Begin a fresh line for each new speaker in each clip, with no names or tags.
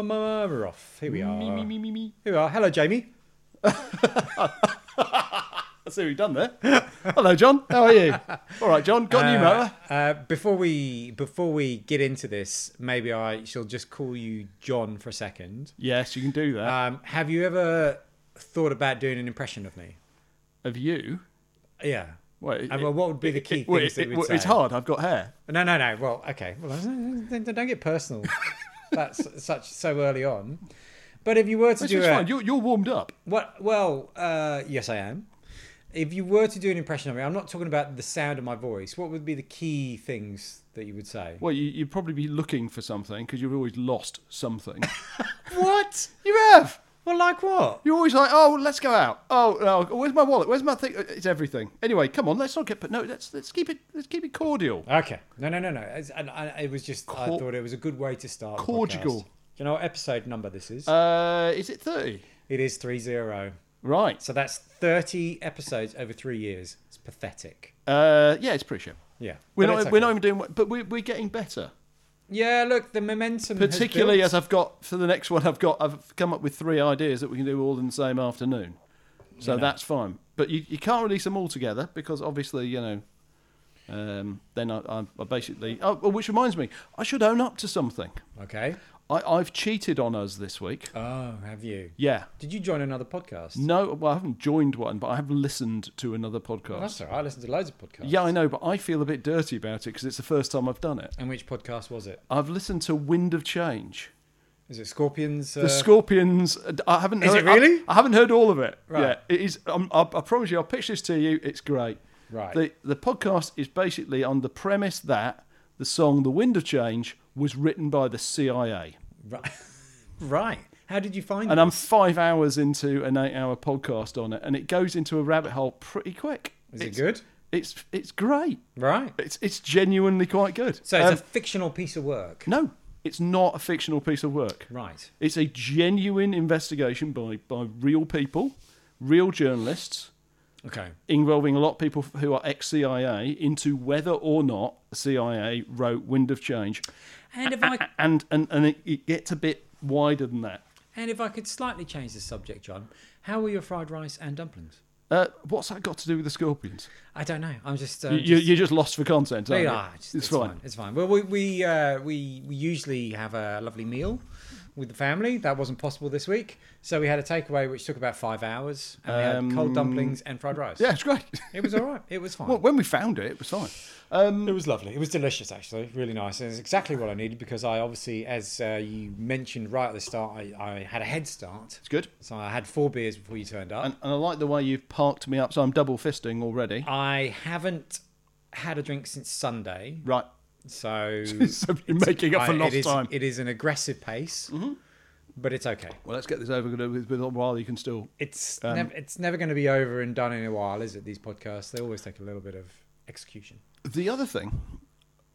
Murmuroff. Here we are.
Me, me, me, me, me.
Here we are. Hello, Jamie.
I see what you've done there. Hello, John. How are you? All right, John. Got a new
Uh,
motor?
uh, before we before we get into this, maybe I shall just call you John for a second.
Yes, you can do that.
Um, have you ever thought about doing an impression of me?
of you?
Yeah.
Wait,
Uh, well, what would be the key
well,
things that we'd
well, It's
say?
hard. I've got hair.
No, no, no. Well, okay. Well, don't don't get personal. That's such so early on. But if you uh, were to
Which
do
is
a-
fine. You're, you're warmed up.
What? Well, uh, yes, I am. If you were to do an impression of me, I'm not talking about the sound of my voice. What would be the key things that you would say?
Well, you, you'd probably be looking for something because you've always lost something.
What?
you have.
Well, like what?
You're always like, oh, let's go out. Oh, no, where's my wallet? Where's my thing? Uh, It's everything. Anyway, come on, let's not get. But no, let's let's keep it let's keep it cordial.
Okay. No, no, no, no. It's, and I, it was just I
Cor-
thought it was a good way to start. the podcast.
Cordial.
Do you know what episode number this is?
Uh, is it thirty?
it is three zero.
Right.
So that's thirty episodes over three years. It's pathetic.
Uh, yeah, it's pretty sure.
Yeah.
We're
But
not
it's
we're
okay.
not even doing. But we're we're getting better.
Yeah. Look, the momentum. has
Particularly
built.
as I've got for the next one, I've got I've come up with three ideas that we can do all in the same afternoon. So that's fine. But you, you can't release them all together because obviously you know. Um, then I, I, I basically. Oh, well, which reminds me, I should own up to something.
Okay.
I, I've cheated on us this week.
Oh, have you?
Yeah.
Did you join another podcast?
No, well, I haven't joined one, but I have listened to another podcast.
That's all right. I listen to loads of podcasts.
Yeah, I know, but I feel a bit dirty about it because it's the first time I've done it.
And which podcast was it?
I've listened to Wind of Change.
Is it Scorpions? Uh,
The Scorpions. uh, I haven't.
Is it
heard,
really?
I, I haven't heard all of it.
Right.
Yeah, it is. Um, I, I promise you, I'll pitch this to you. It's great.
Right.
The the podcast is basically on the premise that the song "The Wind of Change" was written by the CIA,
right. right. How did you find
and
it?
I'm five hours into an eight-hour podcast on it, and it goes into a rabbit hole pretty quick.
Is it
It's-
good?
It's it's great.
Right.
It's it's genuinely quite good.
So it's
Um,
a fictional piece of work.
no, it's not a fictional piece of work.
Right.
It's a genuine investigation by, by real people, real journalists,
Okay.
involving a lot of people who are ex CIA into whether or not the CIA wrote Wind of Change.
And if I
And, and, and it, it gets a bit wider than that.
and if I could slightly change the subject, John, how were your fried rice and dumplings?
Uh, what's that got to do with the scorpions?
I don't know. I'm just. Uh,
You,
just-
you're just lost for content, aren't you?
Ah, it's,
it's,
it's
fine.
fine. It's fine. Well, we we, uh, we we usually have a lovely meal with the family. That wasn't possible this week, so we had a takeaway which took about five hours, and we had cold dumplings and fried rice.
Um, Yeah, it's great.
It was all right. It was fine.
Well, when we found it, it was fine.
It was lovely. It was delicious, actually. Really nice. And it's exactly what I needed because I obviously, as uh, you mentioned right at the start, I, I had a head start.
It's good.
So I had four beers before you turned up.
And, and I like the way you've parked me up, so I'm double fisting already.
I haven't had a drink since Sunday.
Right.
So,
So you're making up for
I-
lost
it is,
time. Mm-hmm.
It is an aggressive pace, but it's okay.
Well, let's get this over with, with while you can still.
It's,
Um,
nev- it's never going to be over and done in a while, is it? These podcasts, they always take a little bit of execution.
The other thing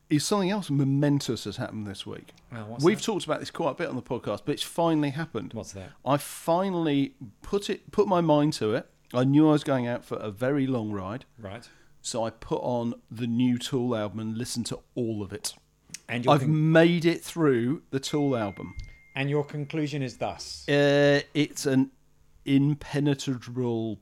is something else momentous has happened this week.
Oh, what's
We've talked about this quite a bit on the podcast, but it's finally happened.
What's that?
I finally put it put my mind to it. I knew I was going out for a very long ride,
Right.
so I put on the new Tool album and listened to all of it.
And your,
I've
con-
made it through the Tool album.
and your conclusion is thus.
Uh, it's an impenetrable.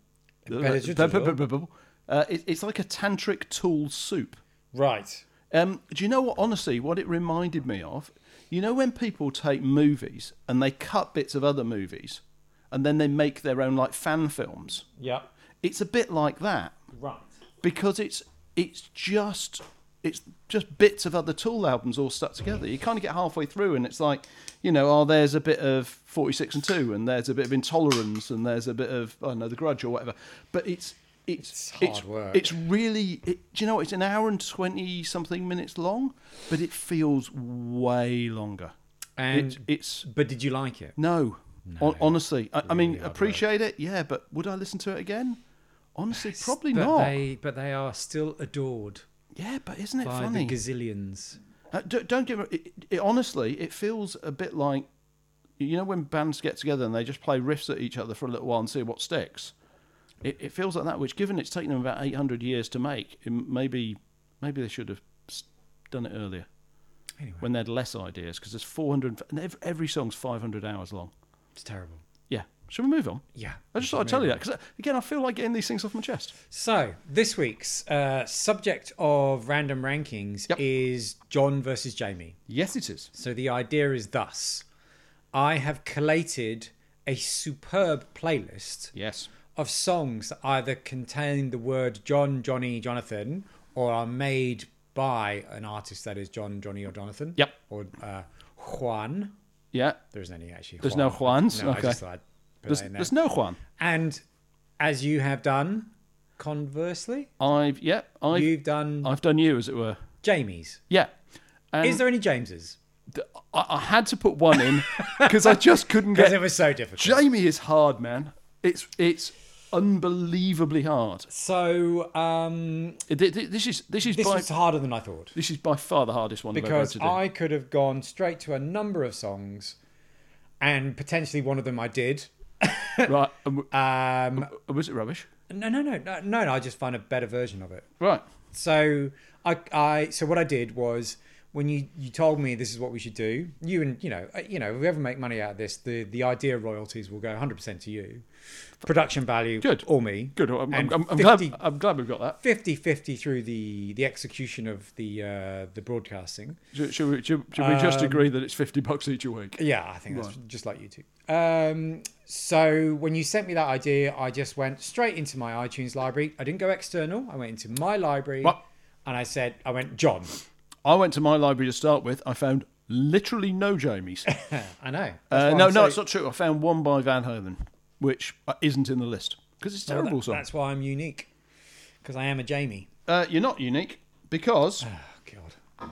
Impenetrable?
Uh, it, it's like a tantric tool soup.
Right.
Um, do you know what? Honestly, what it reminded me of, you know, when people take movies and they cut bits of other movies, and then they make their own like fan films.
Yep.
It's a bit like that
Right.
because it's it's just it's just bits of other Tool albums all stuck together. You kind of get halfway through and it's like, you know, oh, there's a bit of Forty Six and Two, and there's a bit of Intolerance, and there's a bit of I don't know The Grudge or whatever. But it's it's
It's hard work.
It's really, it, do you know, it's an hour and twenty something minutes long, but it feels way longer.
And
It- it's
but did you like it?
no, Hon- honestly, I, I mean,
Really hard work.
appreciate it, yeah, but would I listen to it again? Honestly, probably
but
not.
They, but they are still adored
Yeah, but isn't it
by
funny?
the gazillions.
Uh, d- don't give it, it, it. Honestly, it feels a bit like you know when bands get together and they just play riffs at each other for a little while and see what sticks. It, it feels like that. Which, given it's taken them about eight hundred years to make, it, m- maybe maybe they should have s- done it earlier.
Anyway,
when they had less ideas because there's 400 and every, every song's 500 hours long.
it's terrible.
Yeah. Shall we move on?
Yeah.
I just thought I'd tell you that because again, I feel like getting these things off my chest.
So this week's uh, subject of random rankings
Yep.
is John versus Jamie.
Yes, it is.
So the idea is thus: I have collated a superb playlist
Yes.
of songs that either contain the word John, Johnny, Jonathan, or are made by an artist that is John, Johnny, or Jonathan.
Yep.
Or uh, Juan.
Yeah.
There isn't any actually.
There's no Juans?
No, I
Okay.
just thought I'd put
There's,
that in there.
there's no Juan.
And as you have done, conversely,
I've yeah. I've
you've done
I've done you as it were.
Jamie's.
Yeah. And
Is there any Jameses?
th- I, I had to put one in because I just couldn't
Because
get.
it was so difficult.
Jamie is hard, man. It's it's unbelievably hard.
so um,
It- th- th- This is this is
this
by
was harder than I thought.
this is by far the hardest one
because
I've ever had to do.
I could have gone straight to a number of songs, and potentially one of them I did.
right. and w-
Um,
was it rubbish?
no, no, no, no, no. I just found a better version of it.
Right.
So I, I, so what I did was when you you told me this is what we should do. You and you know, uh, you know, if we ever make money out of this, the the idea royalties will go 100 percent to you, production value,
Good.
or me,
Good. I'm, I'm,
And
I'm, I'm glad.
50
I'm glad we've got that.
50-50 through the the execution of the uh, the broadcasting.
Should, should we, should, should we
Um,
just agree that it's fifty bucks each a week?
Yeah, I think that's just like you two. Um, so when you sent me that idea, I just went straight into my iTunes library. I didn't go external. I went into my library,
Right.
and I said, I went John.
I went to my library to start with. I found literally no Jamies.
I know.
Uh,
That's why
no,
I'm
no,
so-
it's not true. I found one by Van Halen, which uh, isn't in the list because it's a
Well,
terrible
that-
song.
That's why I'm unique, because I am a Jamie.
Uh, you're not unique because
Oh God.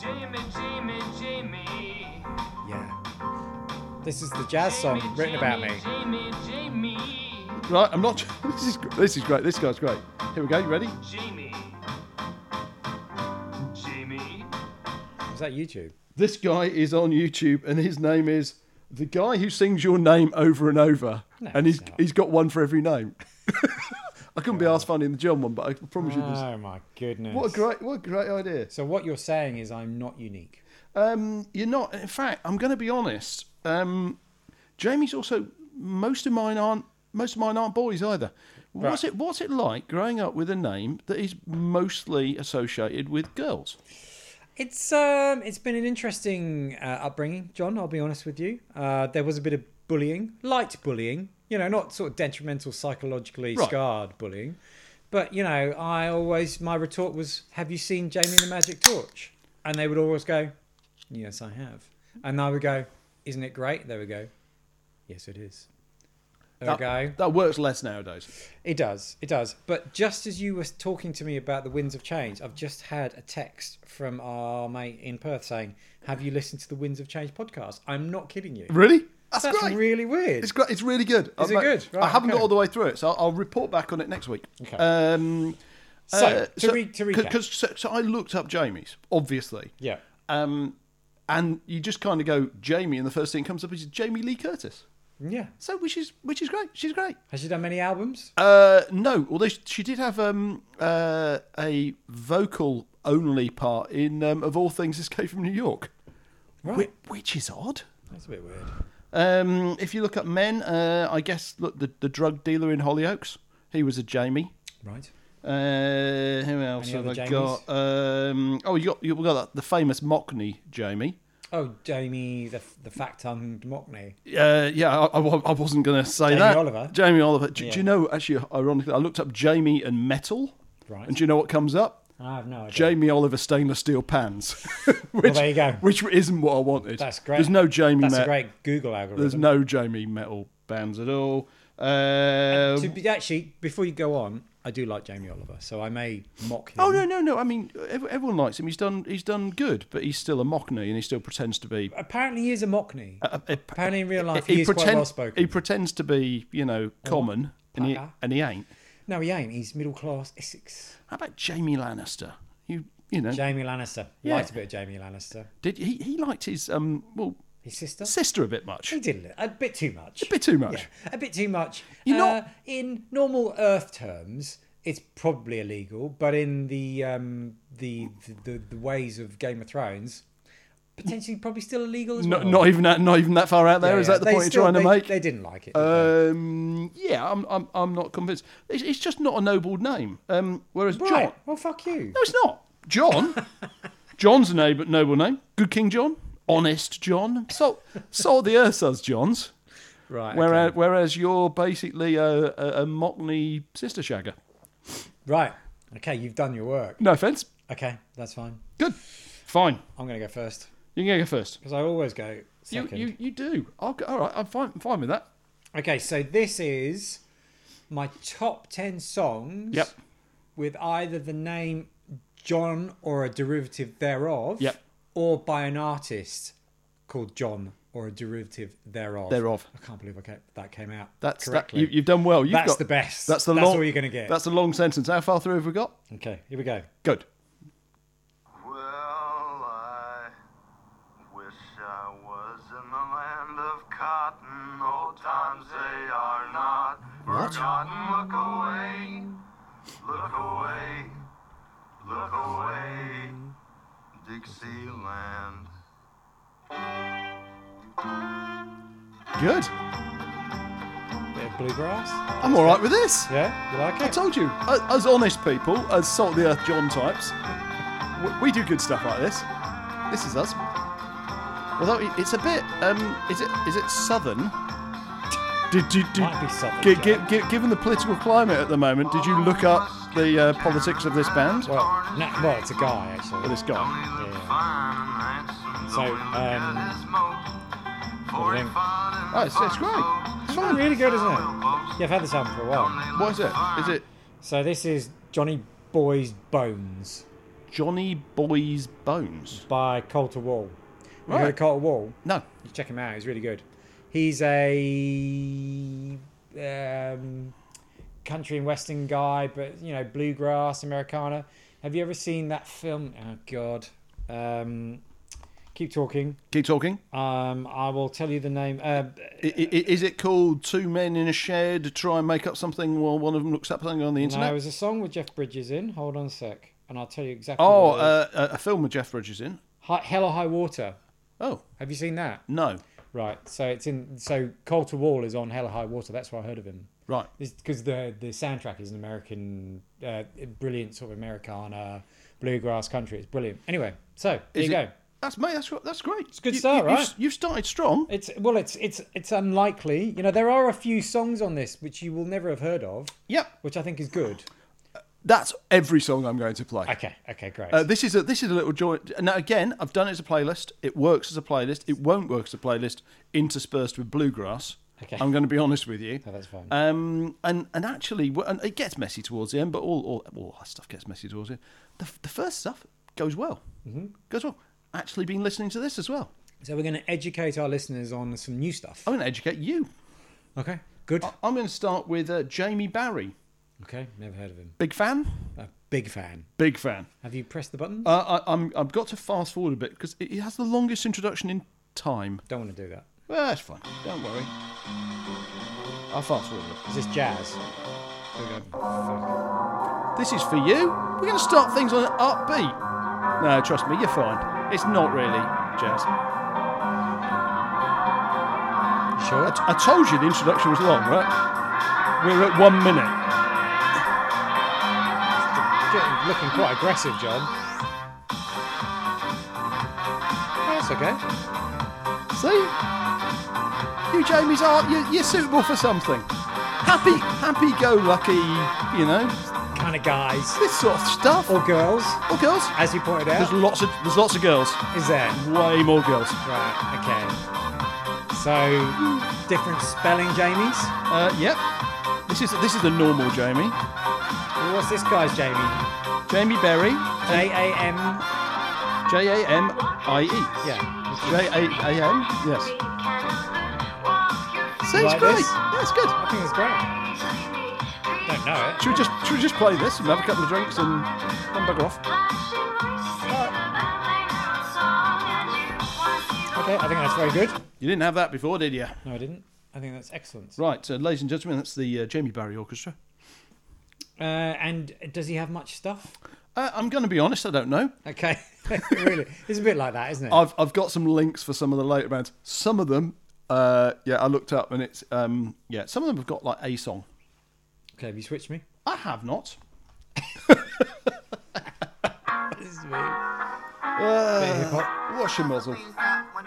Jamie, Jamie, Jamie.
Yeah. This is the jazz song written about me.
Jamie, Jamie,
right. I'm not. This is this is great. This guy's great. Here we go. You ready?
Jamie. Jamie.
Is that YouTube?
This guy is on YouTube, and his name is the guy who sings your name over and over,
No,
and he's
it's not.
he's got one for every name. I couldn't be asked finding the John one, but I promise you this.
Oh my goodness.
What a great, what a great idea.
So what you're saying is I'm not unique.
Um, you're not. In fact, I'm going to be honest. Um, Jamie's also. Most of mine aren't. Most of mine aren't boys either. What's it? What's it like growing up with a name that is mostly associated with girls?
It's um, it's been an interesting uh, upbringing, John. I'll be honest with you. Uh, there was a bit of bullying, light bullying. You know, not sort of detrimental, psychologically
Right.
scarred bullying. But you know, I always my retort was, "Have you seen Jamie and the Magic Torch?" And they would always go, "Yes, I have." And I would go, "Isn't it great?" They would go, "Yes, it is." There we
That,
go.
that works less nowadays.
It does. It does. But just as you were talking to me about the winds of change, I've just had a text from our mate in Perth saying, "Have you listened to the Winds of Change podcast?" I'm not kidding you.
Really? That's,
That's
great.
really weird.
It's great. It's really good. Is
it good?
I
Right,
haven't got
okay.
all the way through it, so I'll, I'll report back on it next week.
Okay.
Um,
So, to re- to recap.
because so, so I looked up Jamie's obviously.
yeah.
Um, and you just kind of go Jamie, and the first thing that comes up is Jamie Lee Curtis.
Yeah.
So which is which is great. She's great.
Has she done many albums?
Uh, no, although she, she did have um, uh, a vocal only part in um, of all things Escape from New York, Whi-
Right.
which is odd.
That's a bit weird.
Um, if you look up men, uh, I guess look the, the drug dealer in Hollyoaks. He was a Jamie.
Right.
Uh, who else
Any
have I
other
got? Um, oh, you got you got that, the famous Mockney Jamie.
Oh, Jamie, the the fat-tongued Mockney.
Uh, yeah, I, I wa- I wasn't going to say
Jamie
that.
Oliver?
Jamie Oliver. Do, do
Yeah.
you know, actually, ironically, I looked up Jamie and metal.
Right.
And do you know what comes up?
I have no idea.
Jamie Oliver stainless steel pans. which,
there you go.
Which isn't what I wanted.
That's great.
There's no Jamie
That's
metal.
a great Google algorithm.
There's no Jamie metal bands at all. Uh,
to be, actually, before you go on, I do like Jamie Oliver, so I may mock him.
oh no no no! I mean, ev- everyone likes him. He's done he's done good, but he's still a mockney and he still pretends to be.
Apparently, he is a Mockney.
Uh, uh,
Apparently, in real life,
he
he, is quite
pretend-
well spoken.
He pretends to be you know common, and he
Paka.
and he ain't.
No, he ain't. He's middle class Essex.
How about Jamie Lannister? You you know
Jamie Lannister.
Yeah.
Liked a bit of Jamie Lannister.
did he he liked his um well
His sister?
sister a bit much,
He did a li- a bit too much.
a bit too much.
Yeah, a bit too much.
You're
Uh,
not-
in normal Earth terms, it's probably illegal, but in the um, the, the the ways of Game of Thrones, potentially probably still illegal as
Not,
well.
not even that. Not even that far out there.
Yeah,
Is
yeah.
that the
They
point
still-
you're trying
they-
to make?
They didn't like it. did they?
Um, yeah, I'm, I'm, I'm not convinced. It's, it's just not a noble name. Um, whereas John,
right.
no,
Well, fuck you.
it's not. John, John's a noble, noble name. Good King John, honest John. So, so the earth us Johns.
Right.
Whereas,
okay.
whereas you're basically a, a, a Mockney sister shagger.
Right. Okay, you've done your work.
No offence.
Okay, that's fine.
Good, fine.
I'm going to go first
You can go first.
because I always go
You,
second.
you, you do. I'll go, all right, I'm fine. I'm fine with that.
Okay, so this is my top 10 songs
Yep.
with either the name John or a derivative thereof
Yep.
or by an artist called John or a derivative thereof.
Thereof.
I can't believe I ca- that came out
That's that,
correctly.
you, you've done well. You've
that's
got,
the best.
That's the
that's
long.
all you're going to get.
That's a long sentence. How far through have we got?
Okay, here we go.
Good.
Well, I wish I was in the land of cotton. Old times they are not
What?
forgotten. Look away, look away, look away, Dixieland.
Good.
Bit of bluegrass.
I'm all right with this.
Yeah, you like
I
it?
told you, as, as honest people, as salt of the earth John types, w- we do good stuff like this. This is us. Although it- it's a bit, um, is it is it southern? Did you do?
Might be southern,
gi-
John.
gi- gi- given the political climate at the moment, did you look up the uh, politics of this band?
Well, no, well, it's a guy
Or
actually.
this guy?
Only look
Yeah.
fine and handsome.
So,
Don't look
um,
at his smoke.
what do you think?
45 and
Oh, it's, it's great.
fine.
It's really, really good, isn't it? Yeah, I've had this album for a while.
Only
What is
look
it?
fine.
Is it
So this is Johnny Boy's Bones.
Johnny Boy's Bones?
by Colter Wall. You know
Right.
the Colter Wall?
No.
You check him out. He's really good. He's a um, country and western guy, but you know bluegrass Americana. Have you ever seen that film? Oh God. Um, keep talking.
Keep talking.
Um, I will tell you the name. Uh,
I, I, I- is it called Two Men in a Shed to try and make up something while one of them looks up something on the
no,
internet?
it was a song with Jeff Bridges in. Hold on a sec, and I'll tell you exactly.
oh,
what it is.
uh, a a film with Jeff Bridges in.
Hi, Hell or High Water.
Oh,
Have you seen that?
no.
Right. So it's in. So Colter Wall is on Hell or High Water. That's where I heard of him.
Right.
because the the soundtrack is an American, uh, brilliant sort of Americana bluegrass country. It's brilliant. Anyway, so there
Is
you
it-
go.
That's mate. That's that's great. It's
good start, right?
You've, you've started strong.
It's well, it's it's it's unlikely. You know, there are a few songs on this which you will never have heard of,
Yep.
which I think is good.
That's every song I'm going to play.
Okay, okay, great.
Uh, this is a this is a little joint. Now again, I've done it as a playlist. It works as a playlist. It won't work as a playlist interspersed with bluegrass.
Okay.
I'm going to be honest with you.
No, that's fine.
Um, and and actually, w- and it gets messy towards the end, but all all, all that stuff gets messy towards the end. The, the first stuff goes well. Mm-hmm. Goes well. Actually, been listening to this as well.
so we're going to educate our listeners on some new stuff.
I'm going to educate you.
Okay, good.
I- I'm going to start with uh, Jamie Barry.
Okay, never heard of him.
Big fan.
A big fan.
Big fan.
Have you pressed the button?
Uh, I, I'm, I've got to fast forward a bit because it it has the longest introduction in time.
Don't want to do that.
Well, that's fine. Don't worry. I'll fast forward a bit.
Is this jazz? Here we go.
This is for you. We're going to start things on an upbeat. No, trust me, you're fine. It's not really jazz.
Fuck. Sure.
I, t- I told you the introduction was long, right? We're at one minute.
Getting- looking quite aggressive, John. That's okay.
See? You, Jamie's art, you, you're suitable for something. Happy, happy go lucky, you know,
Kind of guys
this sort of stuff.
or
Or,
girls,
girls.
as you pointed
There's
out,
lots of there's lots of girls.
is there?
Way more girls.
Right. Okay. So different spelling, Jamie's.
Uh, yep. This is this is the normal Jamie.
Well, what's this guy's Jamie?
Jamie Berry.
J A M.
J A M I E.
Yeah.
J A A M. Yes.
You
Sounds
like
great.
this?
Yeah, it's good.
I think it's great. Don't know it.
Should we just should we just play this and have a couple of drinks and then bugger off?
Okay. I think that's very good.
You didn't have that before, did you?
No, I didn't. I think that's excellent.
Right, so ladies and uh, gentlemen, that's the uh, Jamie Barry Orchestra.
Uh, and does he have much stuff?
Uh, I'm going to be honest, I don't know.
Okay, really, it's a bit like that, isn't it?
I've I've got some links for some of the later bands. Some of them, uh, yeah, I looked up and it's um, yeah, some of them have got like a song.
okay, have you switched me?
I have not.
This is me.
Uh,
hip-hop.
wash your muzzle.
Oh,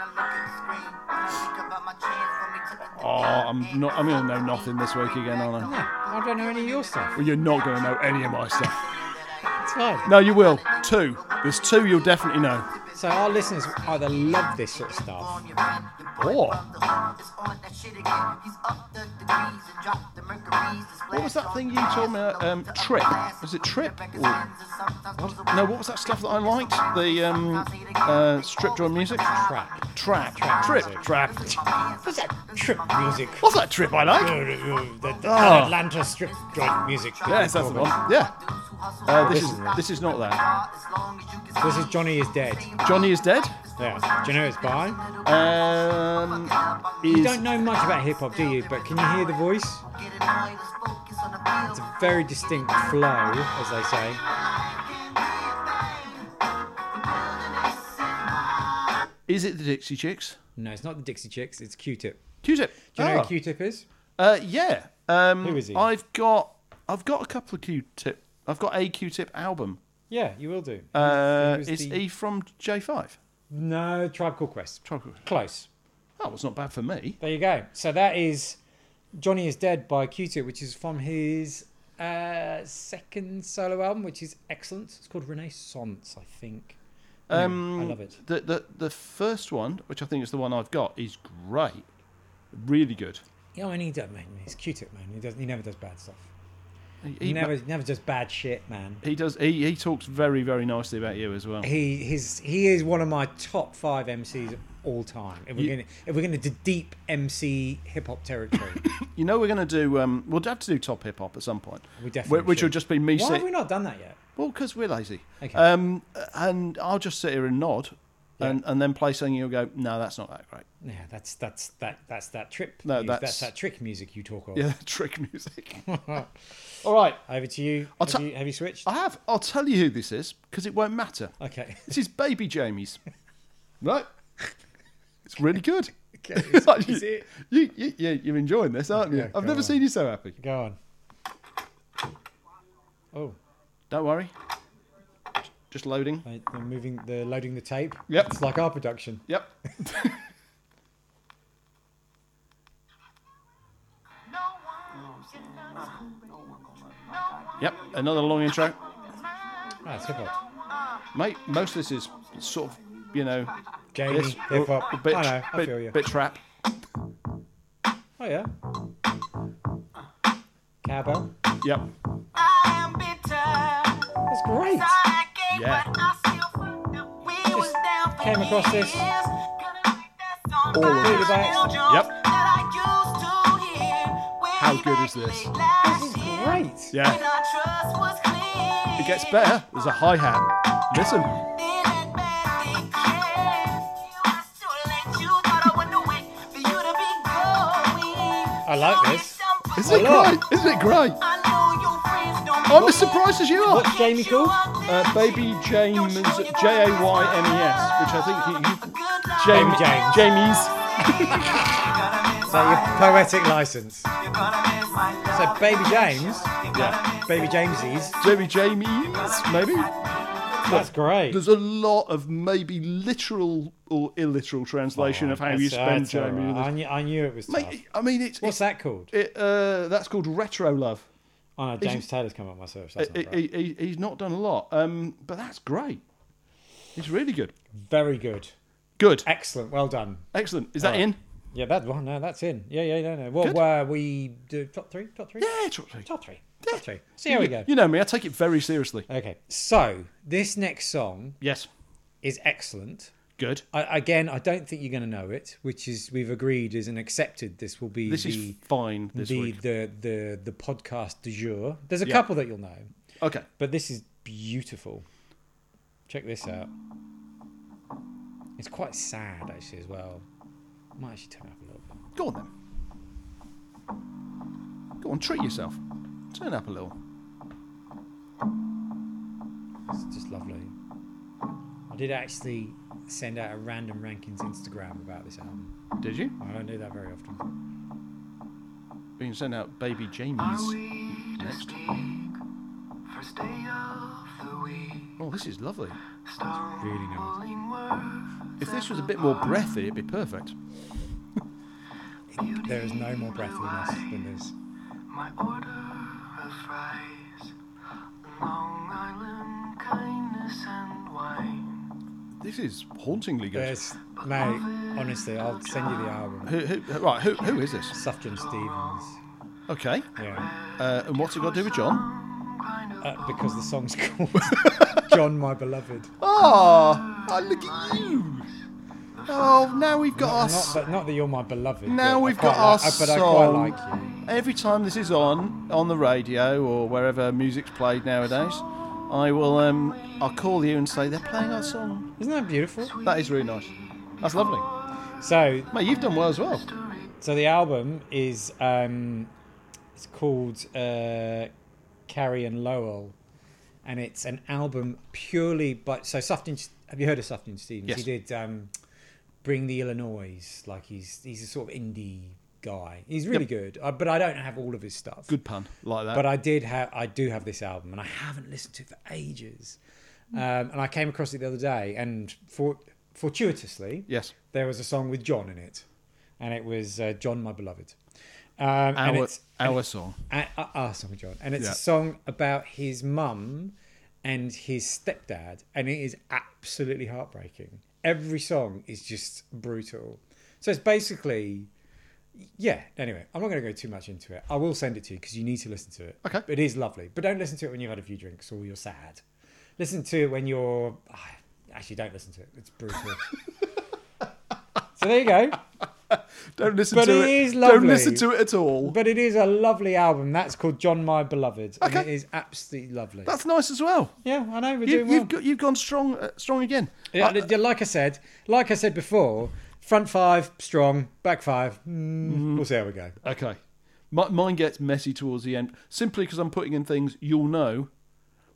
Oh, I'm not. I'm gonna know nothing this week again, aren't I?
No, I don't know any of your stuff.
Well, you're not gonna know any of my stuff.
It's fine.
No, you will. Two. There's two you'll definitely know.
So our listeners either love this sort of stuff.
Or
What
was that thing you told me, uh, um, Trip? Was it Trip? Or- no, what was that stuff that I liked? The um, uh, strip joint music.
Crap.
Trap.
Trap
Trip.
music.
Trap.
What's that trip music?
What's that trip I like?
The, the, the
Ah.
Atlanta strip joint music. that you
Yes, that's the
told me.
one. Yeah. Uh, this is
Listen, man.
this is not that.
This is Johnny is dead.
Johnny is dead.
Yeah. Do you know it's by?
Uh, Um,
You
is
don't know much about hip hop, do you? But can you hear the voice? It's a very distinct flow, as they say.
is it the Dixie Chicks?
No, it's not the Dixie Chicks. It's Q-Tip.
Q-Tip.
Do you know
Ah.
who Q-Tip is?
Uh, yeah. Um,
Who is he?
I've got I've got a couple of Q-Tip. I've got a Q-Tip album.
Yeah, you will do.
Uh,
He was
is
the-
he from J5?
No, Tribe Called Quest.
Tribe Called-
Close.
Oh, it's not bad for me.
There you go. So that is Johnny is Dead by Q-Tip, which is from his uh, second solo album, which is excellent. It's called Renaissance, I think. Anyway,
Um,
I love it.
The, the the first one, which I think is the one I've got, is great. Really good.
Yeah, and he does, man. He's Q-Tip, man. He does. He never does bad stuff.
He,
He
he-
never, never does bad shit, man.
he does. He, he talks very very nicely about you as well.
He his he is one of my top five MCs of all time. If we're
You-
gonna if we're gonna do deep MC hip hop territory,
You know we're going to do. Um, we'll have to do top hip hop at some point.
We definitely
Wh- Which will
should.
just be me.
why
sit-
have we not done that yet?
Well, because we're lazy.
Okay.
Um, and I'll just sit here and nod, and, and then play something. You'll go, no, that's not that great.
Yeah, that's that's that that's that trip.
No,
music-
that's-
that trick music you talk of.
Yeah, trick music. All right,
Over to you.
I'll
Have,
t-
you. have you switched?
I have. I'll tell you who this is because it won't matter.
okay.
This is Baby Jamie's. right. It's really good.
Okay, is-
Like,
is it?
You, you, you, you're enjoying this, aren't you?
Yeah,
I've
go
never
on.
seen you so happy.
Go on. Oh,
Don't worry. Just loading.
they- they're moving. They're loading the tape.
Yep.
It's like our production.
Yep. Yep. Another long intro.
Ah, it's hip hop.
Mate, most of this is sort of, you know,
Jamie,
this
hip hop. I
Oh, bit,
know. I
bit,
feel you.
bit trap.
Oh yeah. Cowbell.
Yep.
That's great.
Yeah.
came across this.
Completed by-
Yep. How good is this?
This is great.
Yeah. It gets better. There's a hi hat. Listen.
I like this.
Isn't it
I love
great? Isn't it great? I'm
I'm
as surprised as you are.
What's Jamie called?
Uh, Baby James, J A Y M E S, which I think you. you
Jamie
Jamie,
James.
Jamie's.
So your poetic license. So Baby James,
Yeah.
Baby Jamesies.
Jamie Jamie's, maybe?
That's great.
There's a lot of maybe literal or illiteral translation of how you spend
Oh, That's- that's
Jamie.
all right. I, knew, I knew it was tough.
Mate, I mean, it's.
What's
it's-
that called?
It, uh, that's called retro love.
Oh no, James Taylor's come up my search. That's
He-
not right.
he- he- he's not done a lot, um, but that's great. It's really good.
Very good.
Good.
Excellent. Well done.
Excellent. Is that
Alright.
in?
Yeah, that one. No, that's in. Yeah, yeah, no, no. What
Good.
were we do? Top three? Top three?
Yeah, it's all right.
Top three. Top three. So here we go.
You know me, I take it very seriously.
Okay. So this next song
Yes.
is excellent.
Good.
I, again, I don't think you're going to know it, which is we've agreed is an accepted. This will be
This
the
is fine this
the,
week.
the the the podcast du jour. There's a
Yeah.
couple that you'll know,
Okay.
but this is beautiful. Check this out. It's quite sad actually as well. Might actually turn up a little bit.
Go on then. Go on, treat yourself. Turn up a little.
It's just lovely. I did actually send out a random rankings Instagram about this album.
Did you?
I don't do that very often.
We can send out Baby Jamie's.
we to speak? First day of the week.
Oh, this is lovely.
Really nice.
Stumbling words.
If this was a bit more breathy, it'd be perfect.
There is no more breathiness than this.
My order of fries. Long Island kindness and wine.
This is hauntingly good.
There's, mate, honestly, I'll send you the album.
Who, who, uh, right, who, who is this?
Sufjan Stevens.
Okay.
Yeah.
Uh, and what's it got to do with John?
Uh, because the song's called John, My Beloved.
Ah, oh, look at you. Oh, now we've got
Not
us.
that, not that you're my beloved.
Now
but I
we've
quite like-
got our
I- But I quite
song.
like you.
Every time this is on on the radio or wherever music's played nowadays, I will um I'll call you and say they're playing our song.
Isn't that beautiful?
That is really nice. That's lovely.
So,
Mate, you've done well as well.
so the album is um, it's called uh, Carrie and Lowell, and it's an album purely. But so Sufjan, have you heard of Sufjan Stevens?
Yes.
He did um, Bring the Illinois. Like he's he's a sort of indie guy. He's really good, uh, but I don't have all of his stuff.
Good pun, like that.
But I did have, I do have this album, and I haven't listened to it for ages.
Hmm.
Um, and I came across it the other day, and for, fortuitously,
yes,
there was a song with John in it, and it was uh, John, my beloved. Um, and
our
it's
our song.
uh, uh, uh, song with John, and it's
Yeah.
a song about his mum and his stepdad, and it is absolutely heartbreaking. Every song is just brutal. So it's basically, yeah. Anyway, I'm not going to go too much into it. I will send it to you because you need to listen to it.
Okay.
It is lovely, but don't listen to it when you've had a few drinks or you're sad. Listen to it when you're. ah, actually, don't listen to it. It's brutal. so there you go.
Don't listen
But it
to it.
is
Don't
lovely.
listen to it at all.
But it is a lovely album. That's called John My Beloved, and
Okay.
it is absolutely lovely.
That's nice as well.
yeah, I know we're
You,
doing well.
you've got, you've gone strong uh, strong again.
yeah,
I-
li- yeah, like I said, like I said before, front five strong, back five. Mm,
Mm-hmm.
We'll see how we go.
Uh, Okay. My, mine gets messy towards the end simply because I'm putting in things you'll know.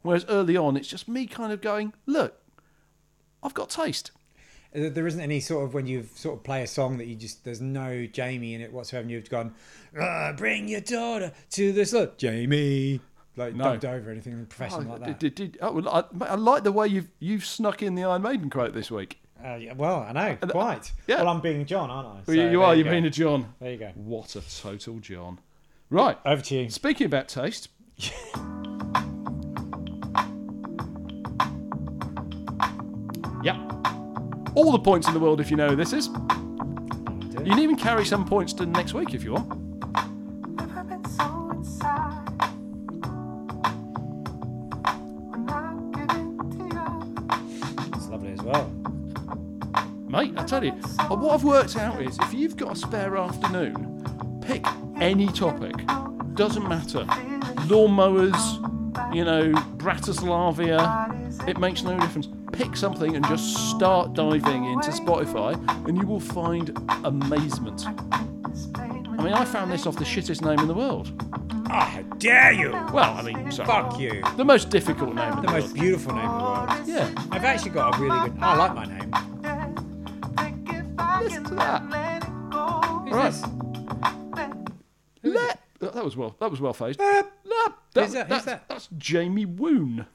Whereas early on, it's just me kind of going, look, I've got taste.
There there isn't any sort of when you sort of play a song that you just there's no Jamie in it whatsoever. And you've gone, "Ah, bring your daughter to this look, Jamie. Like
No.
dubbed over anything professional like
I,
that.
did, did, oh, well, I, mate, I like the way you've, you've snuck in the Iron Maiden quote this week.
Uh, yeah, well, I know quite.
yeah.
Well, I'm being John, aren't I?
Well, you-
So
you
there
are, you've
go.
been a John.
There you go.
What a total John. Right.
Over to you.
Speaking about taste, yeah, all the points in the world if you know who this is. You can even carry some points to next week if you want.
Never been so inside. When I give in to you,
It's lovely as well.
Mate, I tell you, uh, what I've worked out is if you've got a spare afternoon, pick any topic. Doesn't matter. Lawnmowers, you know, Bratislavia, it makes no difference. Pick something and just start diving into Spotify, and you will find amazement.
it's pain
I mean, I found this off the shittest name in the world.
Oh, how dare you!
Well, I mean, sorry.
Fuck you.
The most difficult name in
The
the
most
world.
beautiful name in the world.
Yeah.
I've actually got a really good. I like my name.
Take it back
Listen
and
to that.
let it go.
Who's
Right.
this?
Let. That that was well. That was well phased.
Uh,
That,
Who's that? Who's
that's-
that?
That's Jamie Woon.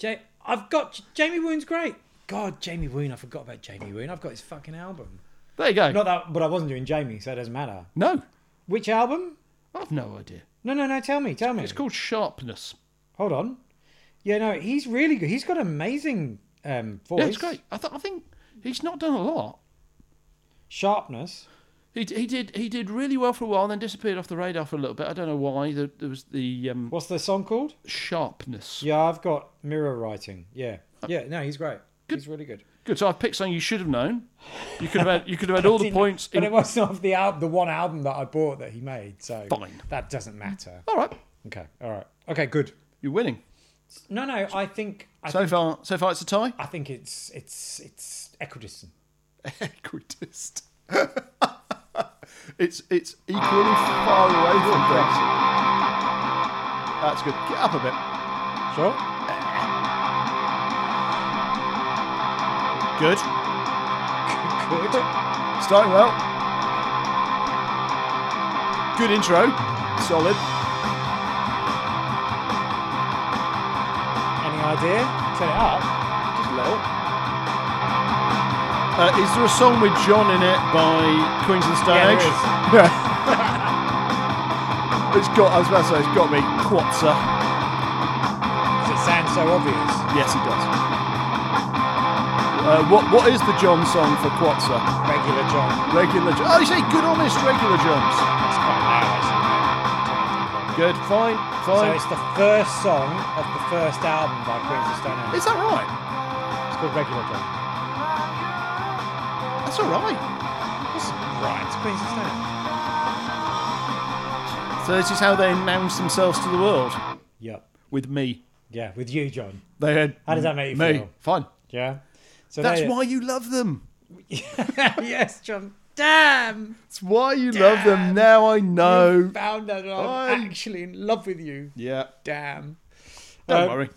Ja- I've got Jamie Woon's great. God, Jamie Woon. I forgot about Jamie Woon. I've got his fucking album.
There you go.
Not that, but I wasn't doing Jamie, so it doesn't matter.
no,
Which album?
I've no idea.
No, no, no. Tell me, tell me.
It's called Sharpness.
Hold on. Yeah, no, he's really good. He's got an amazing um, voice.
Yeah, it's great. I, th- I think he's not done a lot.
Sharpness.
He, d- he did he did really well for a while, and then disappeared off the radar for a little bit. I don't know why. There, there was the um,
What's the song called?
sharpness.
Yeah, I've got Mirror Writing. Yeah, yeah. No, he's great.
Good.
He's really good.
Good. So I've picked something you should have known. You could have had you could have had all the
Didn't-
points.
but
in-
it wasn't off the album, the one album that I bought that he made. So
Fine. Oh.
that doesn't matter.
all right,
Okay, all right, okay, good.
you're winning.
No, no, I think I,
So far, so far it's a tie.
I think it's it's it's equidistant.
Equidist. it's it's equally far away from things. That's good. Get up a bit.
Sure.
Good.
Good.
Starting well. Good intro. Solid.
Any idea? Turn it up.
Just a little. Uh, is there a song with John in it by Queens of the Stone
Yeah, there
Age? Yeah. it's got. I was about to say it's got me. Quatsa.
'Cause it sounds so obvious.
Yes, it does. Uh, what What is the John song for Quatsa?
Regular John.
Regular. Jo- Oh, you say good, honest regular Johns.
It's quite loud, actually.
Good. Fine.
So
Fine.
it's the first song of the first album by Queens of Stone Age.
is that right?
It's called Regular John.
That's all right.
It's right. It's Queens of Stone Age.
So this is how they announce themselves to the world
Yep.
with me.
Yeah, with you, John.
They had.
How does that make you
me.
feel?
Fine.
Yeah. So
That's
they-
why you love them.
yes, John. Damn.
That's why you love them. Now I
You
know.
found out that I'm
I'm-
actually in love with you.
Yeah.
Damn.
Don't
Uh,
worry.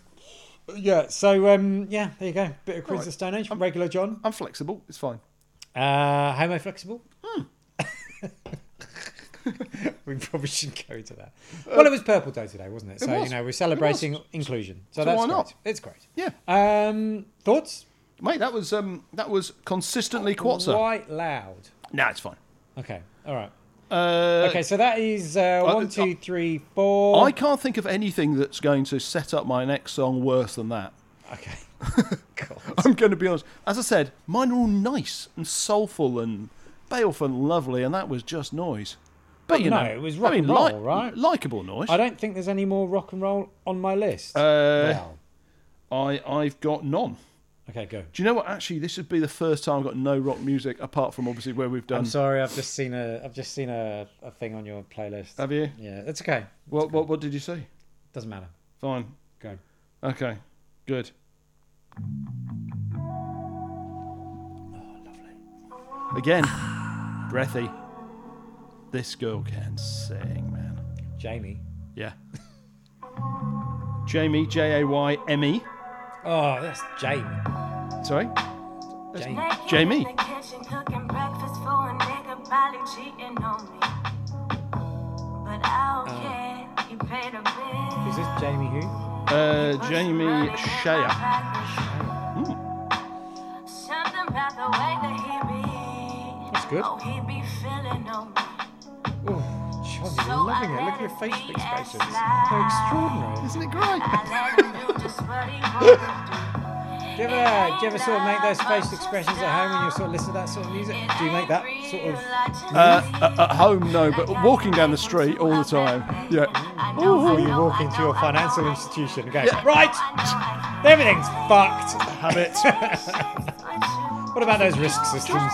Yeah. So um, yeah, there you go. Bit of Queens of Stone Age.
Um,
Regular John.
I'm flexible. It's fine.
Uh, homo flexible.
hmm.
we probably shouldn't go to that. Well, it was Purple Day today, wasn't it? So
Uh, was.
you know we're celebrating inclusion. So, that's
why
great.
not?
It's great.
Yeah,
Um, thoughts?
mate. That was um. That was consistently quatsa.
Quite loud.
Nah, it's fine.
Okay. All right.
Uh,
Okay. So that is uh, one, two, three, four.
I can't think of anything that's going to set up my next song worse than that.
Okay.
I'm going to be honest. As I said, mine are all nice and soulful and baleful and lovely, and that was just noise. But
Well,
you
Oh, no,
know,
it was rock and roll, right?
Likeable noise.
I don't think there's any more rock and roll on my list.
Uh,
well,
I I've got none.
okay, go.
Do you know what? Actually, this would be the first time I've got no rock music apart from obviously where we've done.
I'm sorry, I've just seen a I've just seen a, a thing on your playlist.
Have you?
Yeah, that's okay.
What what what did you say?
Doesn't matter.
Fine.
Go.
Okay. Good. Oh, Again, breathy. This girl can sing, man.
Jamie.
Yeah. Jamie, J A Y M E.
Oh, that's Jamie.
Sorry.
Jamie.
Jamie.
In the kitchen cooking breakfast for a nigga probably cheating on me. But I
Uh.
don't care, he paid a bill.
Is this Jamie who?
Uh, Jamie Shea.
Something about the way that he be.
That's good.
Oh, he be feeling on me.
Oh, John, you're
So
loving
I
it. Look at your
let
facial
it be
expressions.
as
They're extraordinary.
Isn't it great?
I let him do just what he wanna
Do you, ever, do you ever sort of make those facial expressions at home when you sort of listen to that sort of music?
do.
Do you make that sort of.
Uh, a- at home, no, but walking down the street all the time. Yeah.
Or you walk into your financial institution and go, right, everything's fucked.
Habit.
What about those risk systems?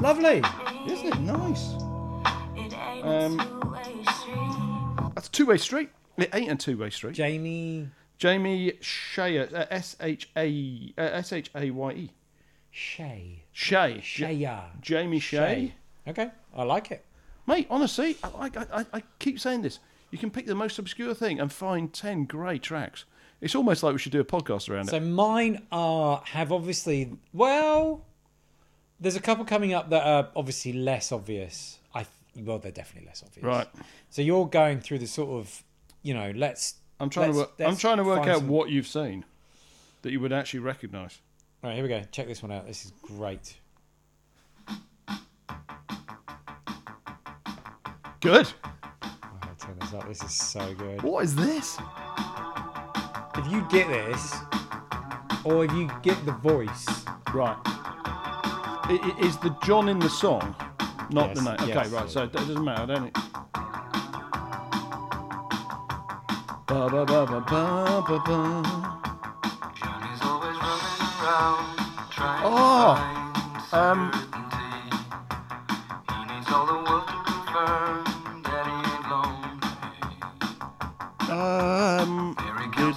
Lovely.
Isn't it nice?
Um,
That's a two-way street. It ain't a two-way street.
Jamie
Jamie Shea, uh, S H A uh, S H A Y E.
Shay.
Shay. J-
Shaya.
Jamie Shea.
Okay, I like it.
Mate, honestly, I, I, I, I keep saying this. You can pick the most obscure thing and find 10 great tracks. It's almost like we should do a podcast around
So
it.
mine are have obviously well, there's a couple coming up that are obviously less obvious. I th- well, they're definitely less obvious.
Right.
So you're going through the sort of, you know, let's.
I'm trying to
let's-
work, I'm
let's
trying to work
find
out
some-
what you've seen that you would actually recognise.
All right, here we go. Check this one out. This is great.
Good.
Oh, I'll turn this up. This is so good.
What is this?
If you get this, or if you get the voice,
Right. I- i- Is the John in the song, not the
Yes,
name? Okay,
yes.
right. So it doesn't matter, don't it? Ba ba ba ba ba ba ba.
Johnny's always running around trying
Oh,
to find
um,
certainty. He needs all the world to confirm that he ain't lonely.
Um.
There he
Do
goes.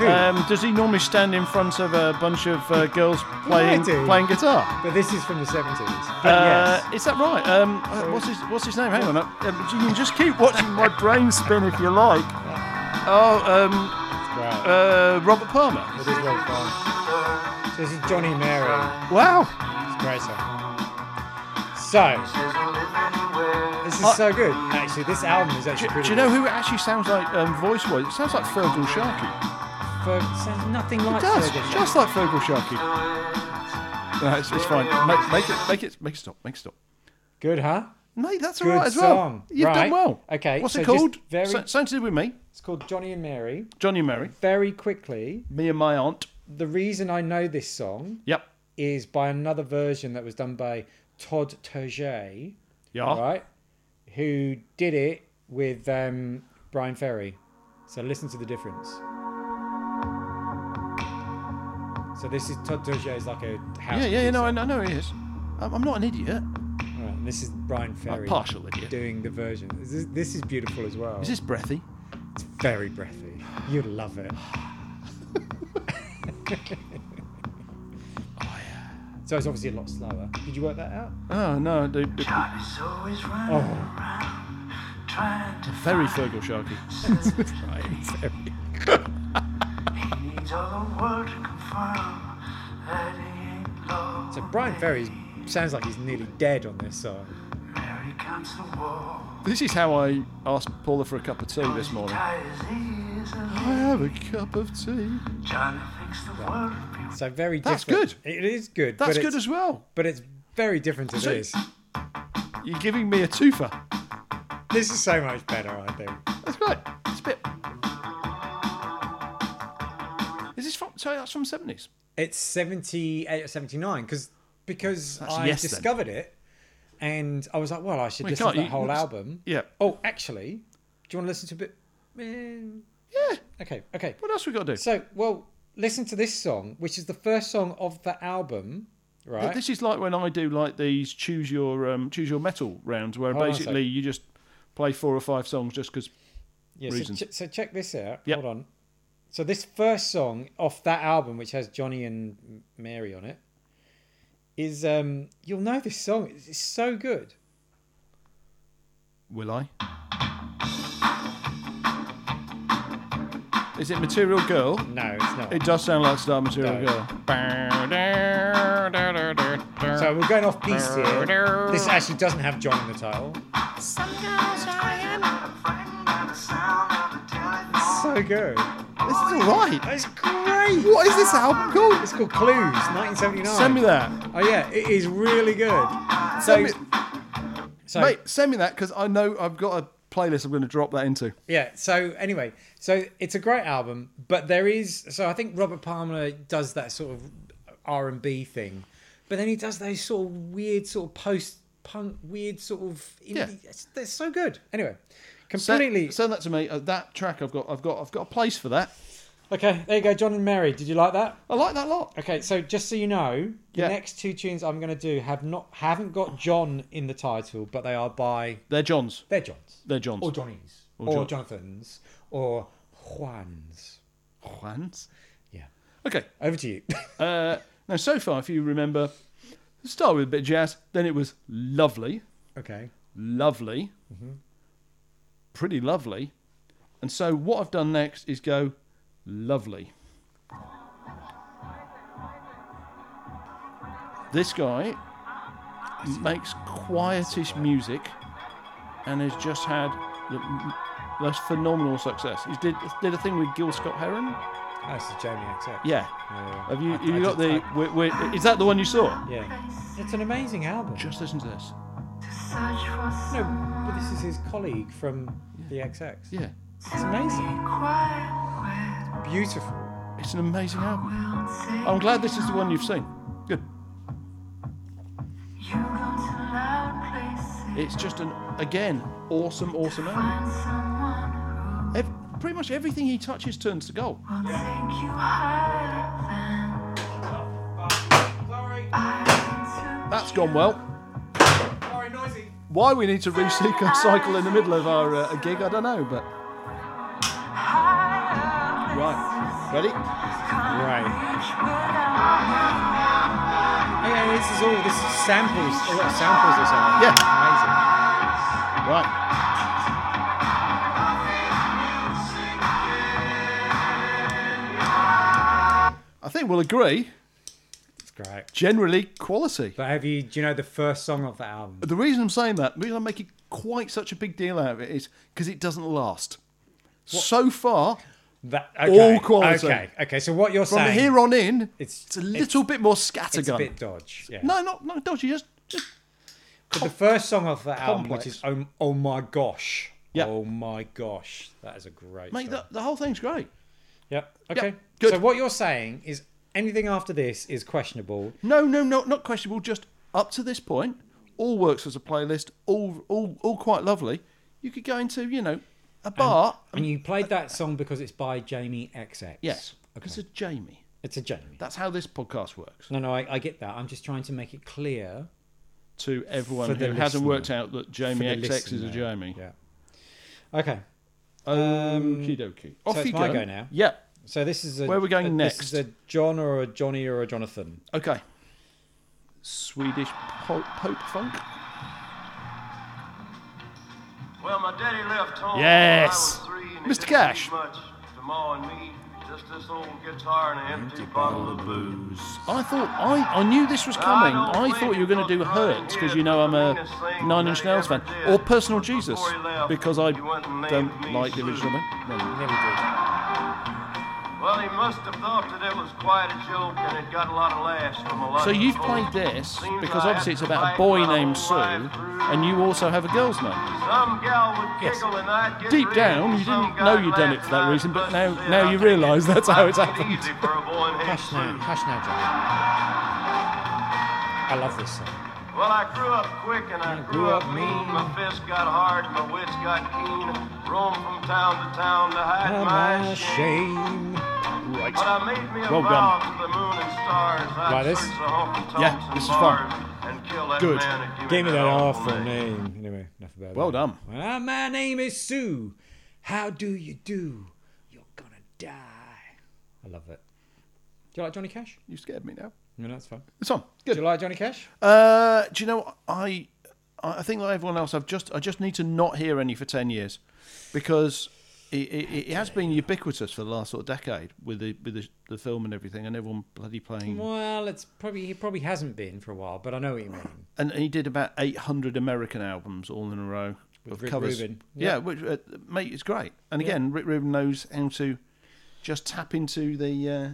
Who?
Um, does he normally stand in front of a bunch of uh, girls playing
do.
playing guitar?
but this is from the 70s. But
Uh,
yes.
Is that right? Um, uh, what's his What's his name? Hang on, uh, um, you can just keep watching my brain spin if you like. Oh, um,
Wow.
uh, Robert Palmer.
It is well fun. So this is Johnny Mary.
Wow.
It's great song. So this is so good. Actually, this album is
Do,
actually pretty.
do you know who it actually sounds like um, voice wise? It sounds like Fergal Sharkey.
good. For, sounds nothing
It
like
does,
Sergeant Pepper.
just like Fergal Sharkey. No, it's, it's fine. Make, make it, make it, make it stop, make it stop.
Good, huh?
Mate, that's all
Good
right as well.
song.
You've done
Right.
well.
Okay,
What's
so
it
just
called?
very-
So- Something to do with me,
It's called Johnny and Mary.
Johnny and Mary,
Very quickly,
me and my aunt.
the reason I know this song
Yep.
is by another version that was done by Todd Terje,
Yeah.
right? Who did it with um, Brian Ferry. So listen to the difference. So this is Todd Terje's like a house.
Yeah, yeah, yeah. No, I
producer.
know, I know it is. I'm, I'm not an idiot.
All right, and this is Brian Ferry
A partial idiot.
doing the version. This is, this is beautiful as well.
Is this breathy?
It's very breathy. You'd love it.
Oh,
So it's obviously a lot slower. Did you work that out?
Oh no, the, the
Oh,
very Fergal Sharkey.
very- so
Oh,
Brian Ferry sounds like he's nearly dead on this song.
This is how I asked Paula for a cup of tea this morning. I have a cup of tea.
So very
That's
different. It is good.
That's
but
good
it's,
as well.
But it's very different to
So-
this.
You're giving me a twofer.
This is so much better, I think.
That's great. It's a bit. Is this from? Sorry, that's from seventies.
It's 78 or 79 cause, because
That's
I
yes then.
discovevered it and I was like, well, I should
Well, you
listen to
can't-
that
you-
whole
what's-
album.
Yeah.
Oh, actually, do you want to listen to a bit? Eh,
Yeah.
Okay, okay.
What else we got to do?
So, well, listen to this song, which is the first song of the album, right?
This is like when I do like these choose your um, choose your metal rounds, where
Hold on a
basically you just play four or five songs just because.
yeah, so,
reasons.
ch- so check this out.
Yep.
Hold on. So this first song off that album, which has Johnny and M- Mary on it, is um you'll know this song. It's, it's so good.
Will I? Is it Material Girl?
No, it's not.
It does sound like Star Material
No.
Girl.
So we're going off piece here. This actually doesn't have John in the title. So good.
This is alright.
That's great.
What is this album called?
It's called Clues, 1979.
Send me that.
Oh yeah, it is really good. So,
Send me,
so
mate, send me that because I know I've got a playlist I'm going to drop that into.
yeah. So anyway, so it's a great album, but there is. So I think Robert Palmer does that sort of R and B thing, but then he does those sort of weird, sort of post punk, weird sort of.
Yeah.
it's- They're so good. Anyway,
Send-
completely.
Send, that to me. Uh, that track I've got, I've got, I've got a place for that.
okay, there you go, John and Mary. Did you like that?
I like that a lot.
Okay, so just so you know, the
Yeah.
next two tunes I'm going to do have not haven't got John in the title, but they are by
They're Johns.
they're Johns
They're Johns.
or Johnnies or,
John-
Jonathans or Juans. Oh,
Juans.
Yeah.
Okay.
Over to you.
Uh, now, so far, if you remember, start with a bit of jazz. Then it was lovely,
okay.
lovely, pretty lovely. And so, what I've done next is go lovely. This guy makes quietish music and has just had the the most phenomenal success. He did, did a thing with Gil Scott Heron.
Oh, this is Jamie XX.
Yeah.
Yeah.
Have you,
I-
have you
I
got
did-
the?
I-
we we is that the one you saw?
yeah. It's an amazing album.
Just listen to this.
No, but this is his colleague from the XX.
Yeah,
It's amazing. Beautiful.
it's an amazing album. I'm glad this is the one you've seen. Good. It's just an again awesome, awesome album. Ev- pretty much everything he touches turns to gold. That's gone well. why we need to reseek our cycle in the middle of our uh, gig, I don't know, but right, ready?
Right. Oh, yeah, this is all. This is samples. A lot of samples or something. Yeah.
Right, I think we'll agree.
Amazing. It's great.
Generally, quality.
But have you? Do you know the first song of that album?
The reason I'm saying that, the reason I make it quite such a big deal out of it is because it doesn't last. So far,
That okay,
All quality.
Okay. Okay. So what you're
from
saying?
here on in,
it's
it's a little bit more
It's a
scattergun.
bit dodge. Yeah.
No, not not dodgy. Just, just
But the first song off that album, which
complex.
is oh, oh my gosh.
Yeah.
Oh my gosh. That is a great
mate,
song.
the, the whole thing's great.
Yep. Okay.
good.
So what you're saying is anything after this is questionable.
No, no, no, not questionable. Just up to this point, all works as a playlist. All, all, all quite lovely. You could go into, you know, a bar.
And you played that song because it's by Jamie XX.
yes,
Okay.
because of Jamie.
It's a Jamie.
That's how this podcast works.
No, no, I, I get that. I'm just trying to make it clear
To everyone
For
who
the
hasn't
listener.
worked out that Jamie
for
XX
the
is a
listener.
Jamie.
Yeah. Okay.
Okie dokie. Um, Off
Um, it's
you
my
go.
go now.
Yeah.
So this is a,
Where are we going
a-
next?
This is a John or a Johnny or a Jonathan.
Okay. Swedish po- Pope Funk.
Well, my daddy left home.
Yes.
When I was three and he
Mr.
didn't
Cash.
leave Much to Ma and me, just this old guitar and an empty bottle of booze.
I thought I, I knew this was coming. I thought you were going to do Hurts because you know I'm a Nine Inch Nails fan, or Personal Jesus because I don't like the original. Man.
Never did.
Well, he must have thought that it was quite a joke and it got a lot of laughs from a lot
So
of
you've
folks.
played this
Seems
because
I
obviously
had
it's
to
about a
fight
boy
my whole
named Sue,
life through.
and you also have a girl's name.
Some gal would
Yes.
giggle and I'd get
Deep
rid
down, you
and some
didn't
guy
know you'd done
laughed
it for that
and I'd
reason, but
bust
now
in.
now
I
you
think
realise that's how it's
it's
happened.
easy for a boy named
Hush now,
Sue.
hush now, Johnny. I love this song.
Well, I grew up quick and I grew up mean. My fists got hard, my wits got keen. Roamed from town to town to hide
Am I
my shame.
ashamed?
But I made me a
Well
vow to the moon and stars. I'd
Like this?
search the honky tonks
Yeah,
and
this is fun.
bars And kill that
Good.
man that
Gave me that awful
name.
name. Anyway, enough about
Well
that.
done.
Well, my name is Sue. How do you do? You're gonna die. I love it. Do you like Johnny Cash?
You scared me now.
No, that's fine.
It's on.
Do
Good.
you like Johnny Cash?
Uh, do you know I? I I think like everyone else, I've just I just need to not hear any for ten years, because it, it, it has been ubiquitous for the last sort of decade with the with the, the film and everything, and everyone bloody playing.
Well, it's probably he probably hasn't been for a while, but I know what you mean.
And he did about eight hundred American albums all in a row with
Rick
covers.
Rubin.
Yeah,
Yeah.
which uh, mate, it's great. And again, Rick Rubin knows how to just tap into the. Uh,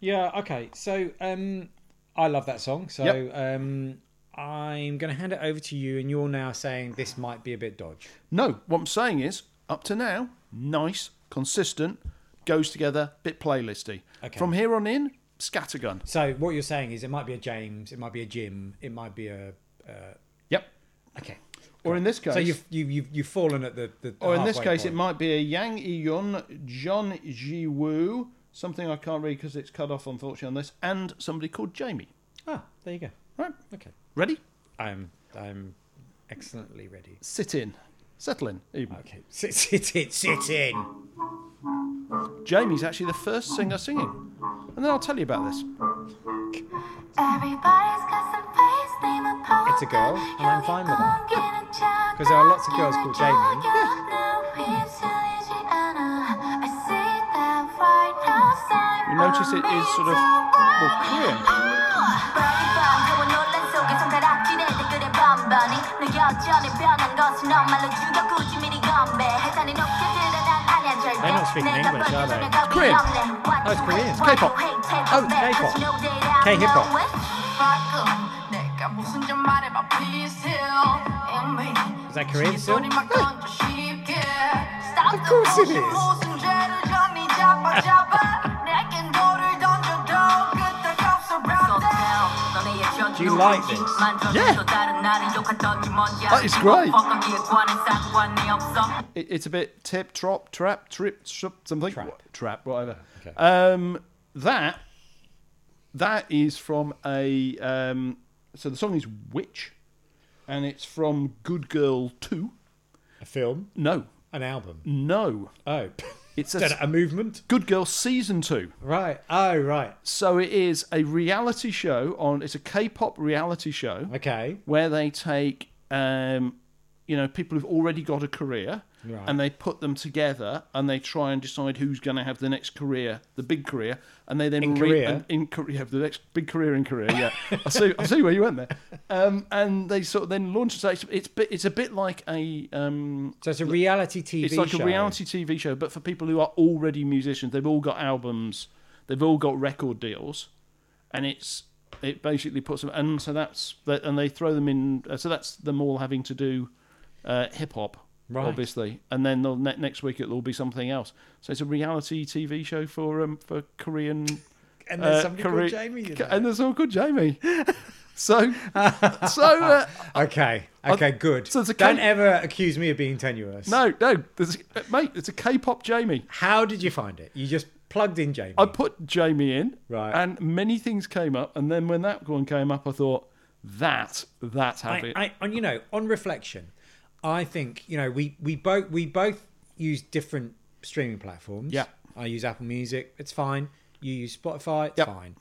Yeah. Okay. So, um, I love that song. So,
Yep.
um, I'm gonna hand it over to you, and you're now saying this might be a bit dodge.
No, what I'm saying is, up to now, nice, consistent, goes together, bit playlisty.
Okay.
From here on in, scattergun.
So, what you're saying is it might be a James, it might be a Jim, it might be a. Uh,
Yep.
okay.
Or in this case,
So you've you, you've you've fallen at the the.
or in this
halfway
case, it
point.
might be a Yang Yun, John Ji Woo, something I can't read because it's cut off, unfortunately, on this, and somebody called Jamie.
Ah, there you go.
Right?
Okay.
Ready?
I'm I'm excellently ready.
Sit in. Settle in. Even.
Okay. Sit sit sit sit in.
Jamie's actually the first singer singing. And then I'll tell you about this.
Everybody's got some face name upon
It's a girl, and I'm fine with that.
that.
'Cause there are lots of girls called Jamie.
You notice it is sort of more clear.
They're
not speaking English, are they?
It's
Korean.
Oh,
it's Korean.
K-pop.
Oh, it's K-pop.
K-hip-hop.
Is
Is that Korean still?
Of
course it is.
Do
you like this?
Yeah.
That
is great. It, it's a bit tip, trop, trap, trip, shup, something.
Trap.
Trap, whatever.
Okay.
Um, that that is from a. Um, so the song is Witch, and it's from Good Girl 2.
A film,
No,
an album.
no.
Oh,
It's
Dunno,
a
a movement.
Good Girl Season 2.
Right. Oh, right.
So it is a reality show on, it's a K pop reality show
Okay.
where they take, um, you know, people who've already got a career
Right.
and they put them together and they try and decide who's going to have the next career, the big career, and they then
In
re-
Korea?
and in Korea, the next big career in Korea. Yeah, I see. I see where you went there. Um, and they sort of then launch. So it's it's, bit, it's a bit like a um,
So it's a reality TV.
it's like
show.
a reality TV show, but for people who are already musicians, they've all got albums, they've all got record deals, and it's it basically puts them. And so that's that, and they throw them in. uh, So that's them all having to do uh, hip hop,
Right.
obviously, and then they'll, ne- next week it'll all be something else. So it's a reality TV show for um, for Korean.
And there's
uh,
somebody
Kore-
called Jamie. In
K-
there.
and there's someone called Jamie. So, so uh,
Okay. Okay. Good.
so it's a
Don't
kind-
ever accuse me of being tenuous.
no, no, there's, a- mate, it's a K-pop Jamie.
How did you find it? You just plugged in Jamie.
I put Jamie in,
Right.
and many things came up. And then when that one came up, I thought that that have
I,
it.
I, and you know, on reflection, I think you know we we both we both use different streaming platforms.
Yeah.
I use Apple Music. It's fine. You use Spotify. It's
Yep.
fine.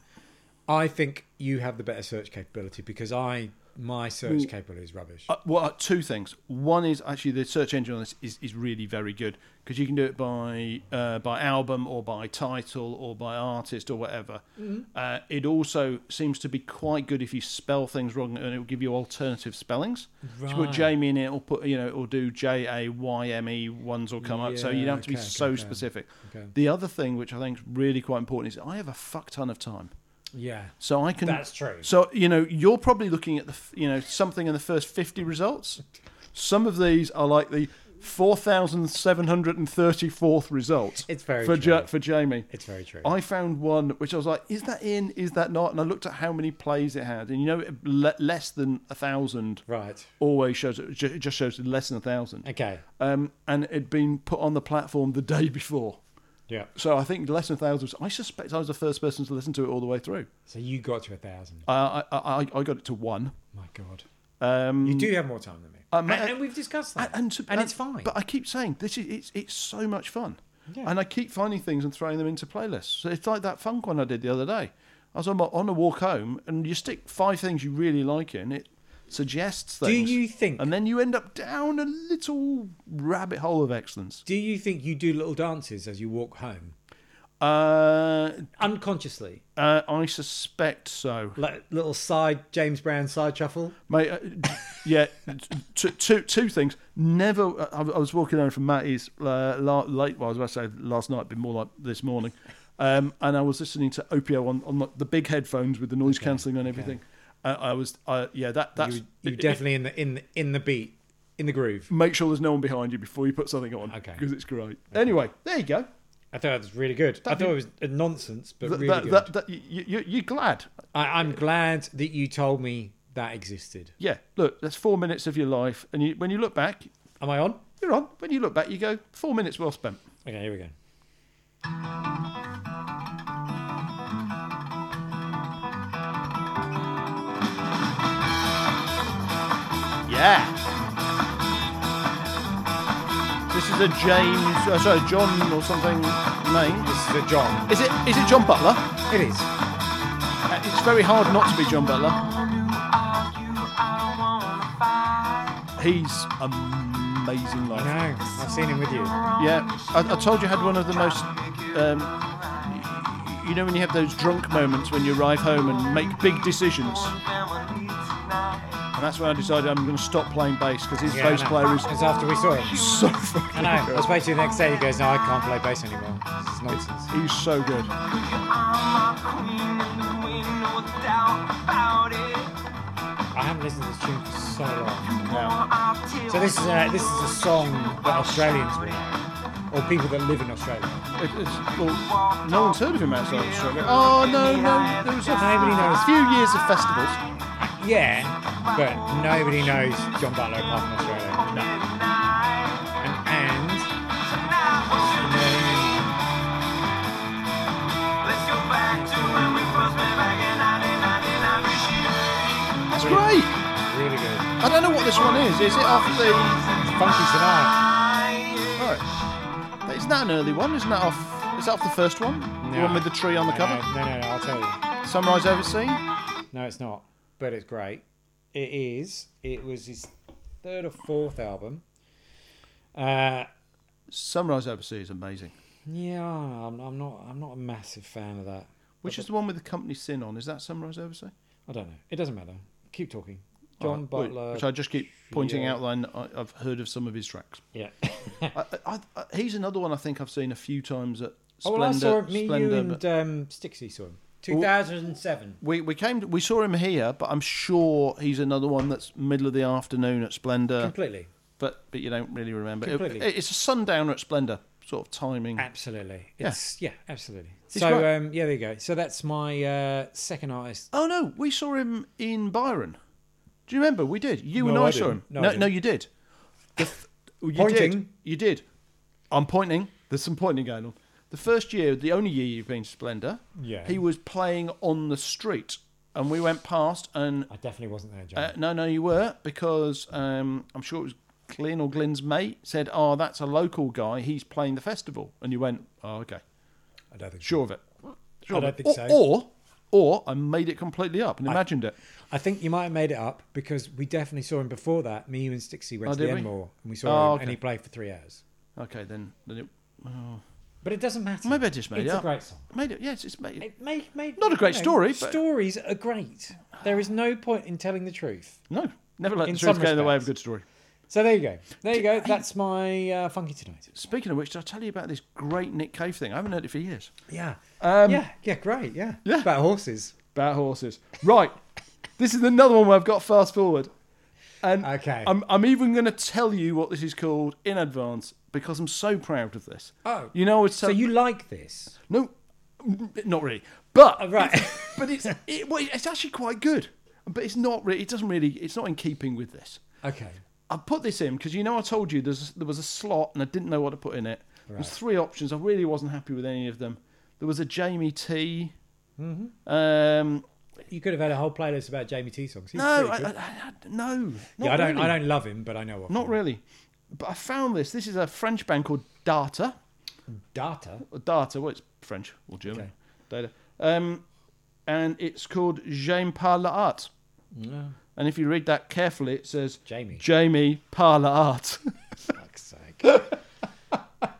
I think you have the better search capability because I my search capability is rubbish.
Uh, well, uh, two things. One is actually the search engine on this is, is really very good because you can do it by uh, by album or by title or by artist or whatever.
Mm-hmm.
Uh, it also seems to be quite good if you spell things wrong, and it will give you alternative spellings. So you put
Right.
Jamie in it, it'll put you know it'll do J A Y M E ones will come up, so you
Yeah,
don't have to
okay,
be
okay,
so
okay.
specific.
Okay.
The other thing which I think is really quite important is I have a fuck ton of time.
yeah.
So I can.
That's true.
So you know, you're probably looking at the f- you know something in the first fifty results. Some of these are like the four thousand seven hundred and thirty fourth result.
It's very
for Ja-
true.
for Jamie.
It's very true.
I found one which I was like, is that in? Is that not? And I looked at how many plays it had, and you know, it- le- less than a thousand
right.
always shows it ju- it just shows less than a thousand.
Okay.
Um, and it'd been put on the platform the day before.
Yeah.
So I think less than a thousand. I suspect I was the first person to listen to it all the way through.
So you got to a thousand.
I I, I, I got it to one.
My God.
Um,
You do have more time than me.
Um,
and,
I-
and we've discussed
and,
that.
and to- uh,
it's fine.
But I keep saying this is it's it's so much fun,
Yeah.
and I keep finding things and throwing them into playlists. So it's like that funk one I did the other day. I was on my, on a walk home, and you stick five things you really like in it suggests
do
things.
you think?
And then you end up down a little rabbit hole of excellence.
do you think you do little dances as you walk home
Uh,
unconsciously?
uh, I suspect so,
like little side James Brown side shuffle.
mate. Uh, yeah, t- two two things. Never. uh, I, I was walking home from Matty's uh, la- late. Well, I was about to say last night, but more like this morning. Um, and I was listening to Opio on on like, the big headphones with the noise cancelling and everything. Uh, I was, uh, yeah, that that's
You, you
it- it-
definitely in the in the, in the beat, in the groove.
make sure there's no one behind you before you put something on.
Okay.
because it's great. Anyway, there you go.
I thought that was really good. I thought it was a nonsense, but
Th-
really
that,
good.
that, that, you, you, you're glad.
I, I'm glad that you told me that existed.
Yeah, look, that's four minutes of your life, and you, when you look back,
Am I on?
you're on. When you look back, you go four minutes well spent.
Okay, here we go.
Yeah. This is a James, uh, sorry, John or something name.
This is a John.
Is it? Is it John Butler?
It is.
Uh, It's very hard not to be John Butler. He's amazing.
I
Life.
know. I've seen him with you.
Yeah. I, I told you I had one of the most. Um, you know when you have those drunk moments when you arrive home and make big decisions. And that's when I decided I'm going to stop playing bass because his
Yeah,
bass
I know.
player is
It's after we saw him.
so fucking
I know. I was waiting the next day. He goes, "No, I can't play bass anymore. This is nonsense."
good. He's so good.
I haven't listened to this tune for so long. So this is a this is a song that Australians make, or people that live in Australia.
It- it's- well, no one's heard of him outside Australia. Oh no, no, there was a,
Nobody knows.
a few years of festivals.
Yeah, but nobody knows John Butler apart from Australia. No. And and
That's great.
really good.
I don't know what this one is. Is it off the?
Funky Sonata.
Right. Isn't that an early one? Isn't that off? Is that off the first one? The
No.
one with the tree on the
No,
cover.
uh, No, no, no, I'll tell you.
Sunrise Oversea.
No, it's not. But it's great. It is. It was his third or fourth album. Uh,
Sunrise Oversea is amazing.
yeah, I'm, I'm not. I'm not a massive fan of that.
Which is the one with the company sin on? Is that Sunrise Oversea?
I don't know. It doesn't matter. Keep talking. John
Alright, wh-
Butler.
Which I just keep pointing
yeah.
out. Line I, I've heard of some of his tracks.
yeah.
I, I, I, he's another one I think I've seen a few times at.
oh,
Splendor,
well, I saw him. Me,
Splendor,
you, and
but-
um, Stixie saw him. 2007.
We we came to, we saw him here, but I'm sure he's another one that's middle of the afternoon at Splendor.
Completely.
But but you don't really remember. It-
Completely.
it- it's a sundowner at Splendor sort of timing.
Absolutely. It's, yeah. absolutely.
great.
So, um, yeah, there you go. So that's my uh, second artist.
Oh no, we saw him in Byron. Do you remember? We did. You
No,
and I,
I
saw him.
didn't. No, I
no,
didn't.
you did. The f- you Did.
Pointing.
You did. I'm pointing. There's some pointing going on. The first year, the only year you've been to Splendor,
Yeah.
he was playing on the street, and we went past, and
I definitely wasn't there, John.
Uh, no, no, you were because um, I'm sure it was Glyn or Glyn's mate said, "Oh, that's a local guy. He's playing the festival." And you went, "Oh, okay,
I don't think so.
sure of it." Sure
I
of
don't
it.
think
or,
so.
Or, or I made it completely up and imagined it.
I think you might have made it up because we definitely saw him before that. Me, you, and Stixie went
Oh,
to the
did we?
Enmore and we saw
Oh,
him and
okay.
he played for three hours.
Okay, then, then it
But it doesn't matter.
Maybe I just
it's
made it
It's
up.
a great song.
made it. Yes, it's made it.
It may, may,
Not a great
you know,
story, but-
Stories are great. There is no point in telling the truth.
No, never let the
In
truth
some
get in the way of a
respects.
good story.
So there you go. There you go. That's my uh, funky tonight.
Speaking of which, did I tell you about this great Nick Cave thing? I haven't heard it for years.
Yeah.
Um,
yeah. Yeah. Great. Yeah.
Yeah.
About horses.
About horses. Right. this is another one where I've got fast forward. And
Okay.
I'm, I'm even going to tell you what this is called in advance because I'm so proud of this.
Oh.
You know, it's
So you like this?
No, mm, not really. But.
Oh, right.
but it's, it, well, it's actually quite good. But it's not really, it doesn't really, it's not in keeping with this.
okay.
I put this in because you know I told you there's there was a slot and I didn't know what to put in it. There was three options. I really wasn't happy with any of them. There was a Jamie T. Mm-hmm. Um,
You could have had a whole playlist about Jamie T songs. He's
no, I,
pretty
I,
good.
I, no, not
yeah, I don't.
Really.
I don't love him, but I know of
Not
him.
really. But I found this. This is a French band called Data.
Data.
Or Data. Well, it's French or German.
Okay.
Data. Um, and it's called J'aime pas la art. And if you read that carefully, it says
Jamie.
Jamie pas la art.
Fuck's sake.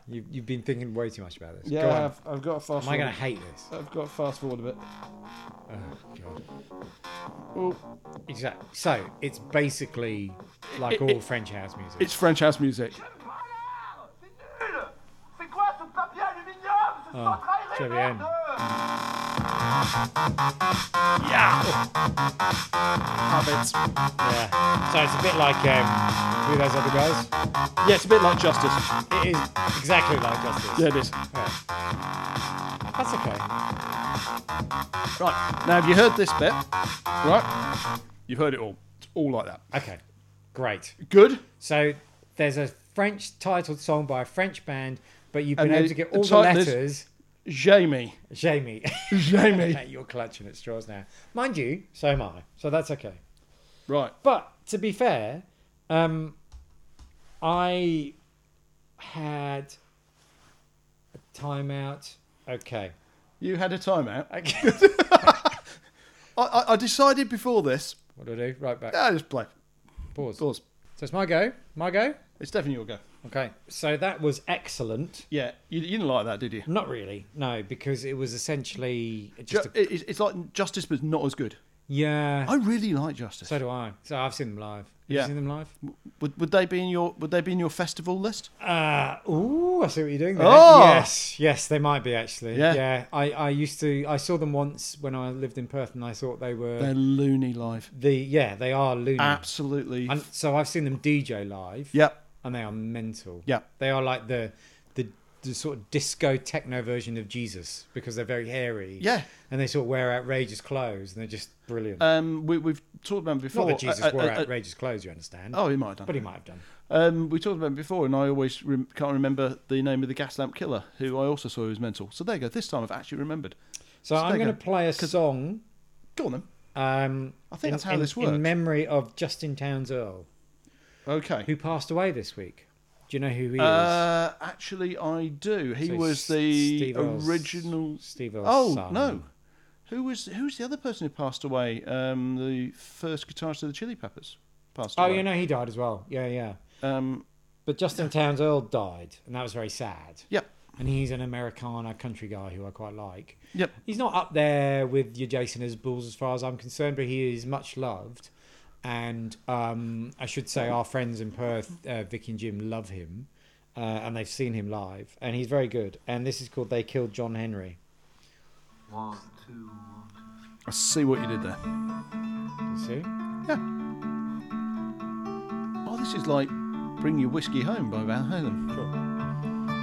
you, you've been thinking way too much about this. Go on.
I've, I've got a fast.
Am I going to hate this? Oh,
I've got fast forward a bit.
God. Exactly. So it's basically like
It-
all
it-
French house music.
It's French house music.
C'est nul C'est quoi ce papier aluminium C'est
Oh,
centralisé,
JVM.
merde
Habits.
yeah. So it's a bit like um, who those other guys.
Yeah, it's a bit like Justice.
It is exactly like Justice.
Yeah, it is.
Yeah. That's okay.
Right. Now, have you heard this bit? Right. You've heard it all. It's all like that.
Okay. Great.
Good.
So there's a French titled song by a French band, but you've
And
been
the-
able to get
the
all the
title is-
letters.
Jamie.
Jamie.
Jamie.
You're clutching at straws now. Mind you, so am I. So that's okay.
right.
But to be fair, um, I had a timeout. Okay.
You had a timeout.
okay.
I, I, I decided before this.
what do I do? Right back.
Ah, just play.
Pause. So
Pause.
it's my go. My go.
It's definitely your go.
Okay. So that was excellent.
Yeah. You, you didn't like that, did you?
Not really. No, because it was essentially
Ju-
just. a,
it- it's, it's like Justice, but not as good.
yeah.
I really like Justice.
so do I. So I've seen them live. Have
Yeah.
You seen them live?
would, would they be in your Would they be in your festival list?
Uh, ooh, I see what you're doing there.
Oh!
Yes, yes, they might be actually.
Yeah.
Yeah. I, I used to, I saw them once when I lived in Perth and I thought they were
They're loony live.
the, yeah, they are loony.
Ah. Absolutely.
And so I've seen them DJ live.
yep.
And they are mental.
Yeah.
They are like the, the, the sort of disco techno version of Jesus because they're very hairy.
Yeah.
And they sort of wear outrageous clothes and they're just brilliant.
Um, we, we've talked about it before.
Not that Jesus
Uh, uh,
wore
uh,
outrageous clothes, you understand.
oh, he might have done.
But he might have done.
Um, we talked about it before, and I always rem can't remember the name of the gas lamp killer, who I also saw was mental. So there you go. This time I've actually remembered.
So I'm
there you
going to
go.
play a song.
Go on then.
Um,
I think
in-
that's how
in-
this
In
works.
memory of Justin Towns Earl,
Okay.
who passed away this week. Do you know who he is?
Uh, actually, I do. He
So
was
S-
the
Steve Earle's-
original.
Steve Earle's
Oh
son.
no, who was who's the other person who passed away? Um, the first guitarist of the Chili Peppers passed
Oh,
away.
you know he died as well. Yeah, yeah.
Um,
But Justin Towns Earl died, and that was very sad.
yep,
And he's an Americana country guy who I quite like.
yep.
He's not up there with your Jason as Bulls as far as I'm concerned, but he is much loved. And um, I should say our friends in Perth, uh, Vic and Jim, love him. Uh, and they've seen him live. And he's very good. And this is called They Killed John Henry.
One, two, one, two.
I see what you did there.
You see?
Oh, this is like Bring Your Whiskey Home by Van Halen.